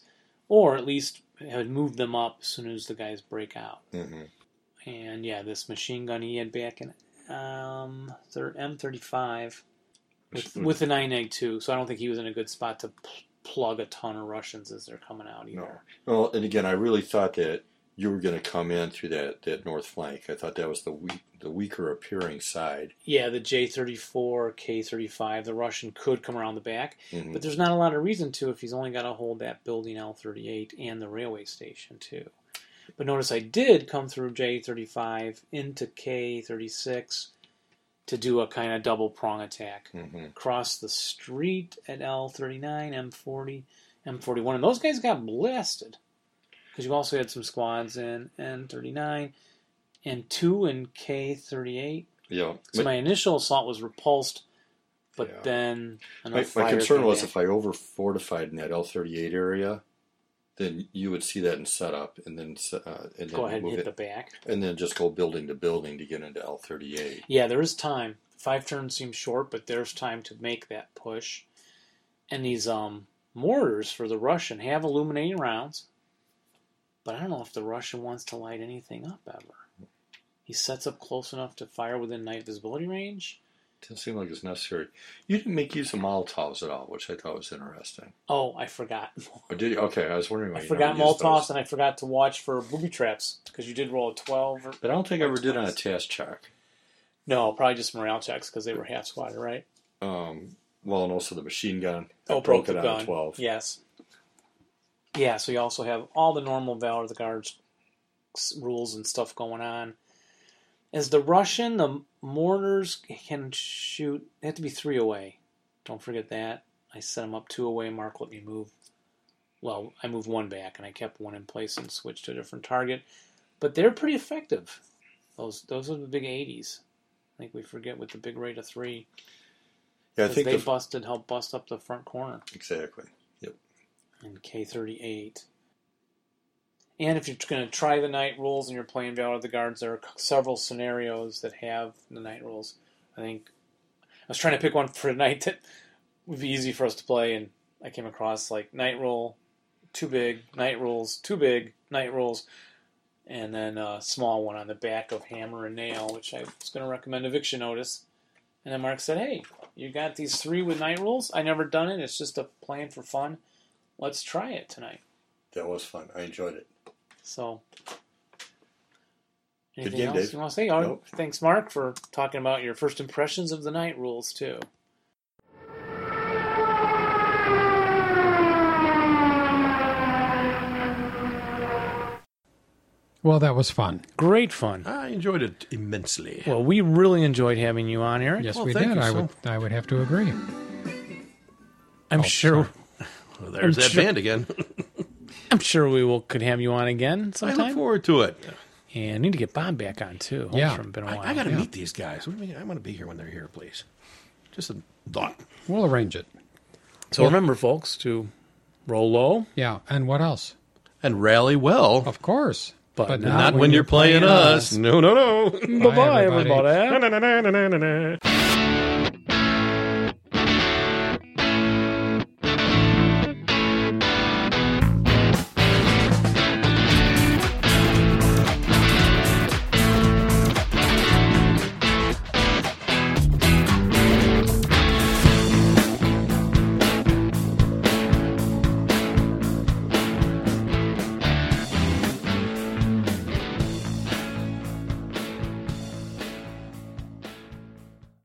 Speaker 5: or at least have moved them up as soon as the guys break out
Speaker 10: Mm-hmm.
Speaker 5: and yeah, this machine gun he had back in um thir- M35 with with the nine egg too. So I don't think he was in a good spot to pl- plug a ton of Russians as they're coming out either.
Speaker 10: No. Well, and again, I really thought that you were going to come in through that, that north flank. I thought that was the weak, the weaker appearing side.
Speaker 5: Yeah, the J34, K35, the Russian could come around the back,
Speaker 10: Mhm.
Speaker 5: but there's not a lot of reason to if he's only got to hold that building L38 and the railway station too. But notice I did come through J35 into K36 to do a kind of double prong attack.
Speaker 10: Mhm.
Speaker 5: across the street at L39, M40, M41, and those guys got blasted because you also had some squads in N39 and two in K38.
Speaker 10: Yeah.
Speaker 5: So
Speaker 10: my,
Speaker 5: my initial assault was repulsed, but
Speaker 10: Yeah.
Speaker 5: then
Speaker 10: my,
Speaker 5: enough
Speaker 10: my
Speaker 5: fire
Speaker 10: concern
Speaker 5: came
Speaker 10: was
Speaker 5: back.
Speaker 10: if I over fortified in that L thirty eight area, then you would see that in setup, and then se- uh, and then
Speaker 5: go ahead and
Speaker 10: move
Speaker 5: hit the
Speaker 10: it,
Speaker 5: back.
Speaker 10: and then just go building to building to get into L thirty eight.
Speaker 5: Yeah, there is time. Five turns seems short, but there's time to make that push. And these um mortars for the Russian have illuminating rounds, but I don't know if the Russian wants to light anything up ever. He sets up close enough to fire within night visibility range.
Speaker 10: Didn't seem like it's necessary. You didn't make use of Molotovs at all, which I thought was interesting.
Speaker 5: Oh, I forgot.
Speaker 10: Or did you? Okay, I was wondering. Why
Speaker 5: I
Speaker 10: you
Speaker 5: forgot
Speaker 10: never used
Speaker 5: Molotovs,
Speaker 10: those.
Speaker 5: and I forgot to watch for booby traps because you did roll a twelve. Or,
Speaker 10: but I don't think I ever did on a
Speaker 5: Molotovs.
Speaker 10: task check.
Speaker 5: no, probably just morale checks because they were half squad, right?
Speaker 10: Um, well, and also the machine gun. I
Speaker 5: Oh, broke,
Speaker 10: broke,
Speaker 5: the
Speaker 10: it
Speaker 5: gun.
Speaker 10: on a 12.
Speaker 5: Yes. Yeah, so you also have all the normal Valor of the Guards s- rules and stuff going on. As the Russian, the mortars can shoot. They have to be three away. Don't forget that. I set them up two away. Mark let me move. Well, I moved one back and I kept one in place and switched to a different target. But they're pretty effective. Those those are the big 80s. I think we forget with the big rate of three.
Speaker 10: Yeah, I
Speaker 5: 'cause
Speaker 10: think
Speaker 5: they
Speaker 10: the-
Speaker 5: busted, helped bust up the front corner
Speaker 10: Exactly.
Speaker 5: in K38. And if you're going to try the night rules and you're playing Valor of the Guards, there are c- several scenarios that have the night rules. I think I was trying to pick one for tonight that would be easy for us to play, and I came across like night rule, too big, night rules, too big, night rules, and then a small one on the back of Hammer and Nail, which I was going to recommend Eviction Notice. And then Mark said, "Hey, you got these three with night rules? I never done it. It's just a plan for fun. Let's try it tonight."
Speaker 10: That was fun. I enjoyed it.
Speaker 5: So,
Speaker 10: Good
Speaker 5: anything
Speaker 10: game,
Speaker 5: else
Speaker 10: Dave.
Speaker 5: you want to say? All right.
Speaker 10: Nope.
Speaker 5: Thanks, Mark, for talking about your first impressions of the night rules too.
Speaker 3: Well, that was fun.
Speaker 5: Great fun.
Speaker 4: I enjoyed it immensely.
Speaker 5: Well, we really enjoyed having you on, Eric.
Speaker 3: Yes,
Speaker 4: Well,
Speaker 3: we
Speaker 4: thank
Speaker 3: did.
Speaker 4: you,
Speaker 3: I
Speaker 4: Phil.
Speaker 3: would I would have to agree.
Speaker 5: I'm
Speaker 3: Oh,
Speaker 5: sure.
Speaker 4: Well, there's
Speaker 5: I'm
Speaker 4: that
Speaker 5: sure-
Speaker 4: band again.
Speaker 5: I'm sure we will could have you on again
Speaker 4: I look
Speaker 5: sometime.
Speaker 4: forward to it.
Speaker 5: and I need to get Bob back on too. Holmes
Speaker 3: Yeah.
Speaker 5: from been a
Speaker 4: I,
Speaker 5: while.
Speaker 4: I got to
Speaker 3: yeah.
Speaker 4: meet these guys. What do you mean? I want to be here when they're here, please. Just a thought.
Speaker 3: We'll arrange it.
Speaker 5: so remember, folks, to roll low,
Speaker 3: Yeah, and what else?
Speaker 4: And rally well,
Speaker 3: Of course.
Speaker 5: but,
Speaker 3: not
Speaker 5: not.
Speaker 4: not when you're playing us. No, no, no.
Speaker 5: Bye, bye,
Speaker 3: everybody.
Speaker 5: everybody.
Speaker 4: Na, na, na, na, na, na, na.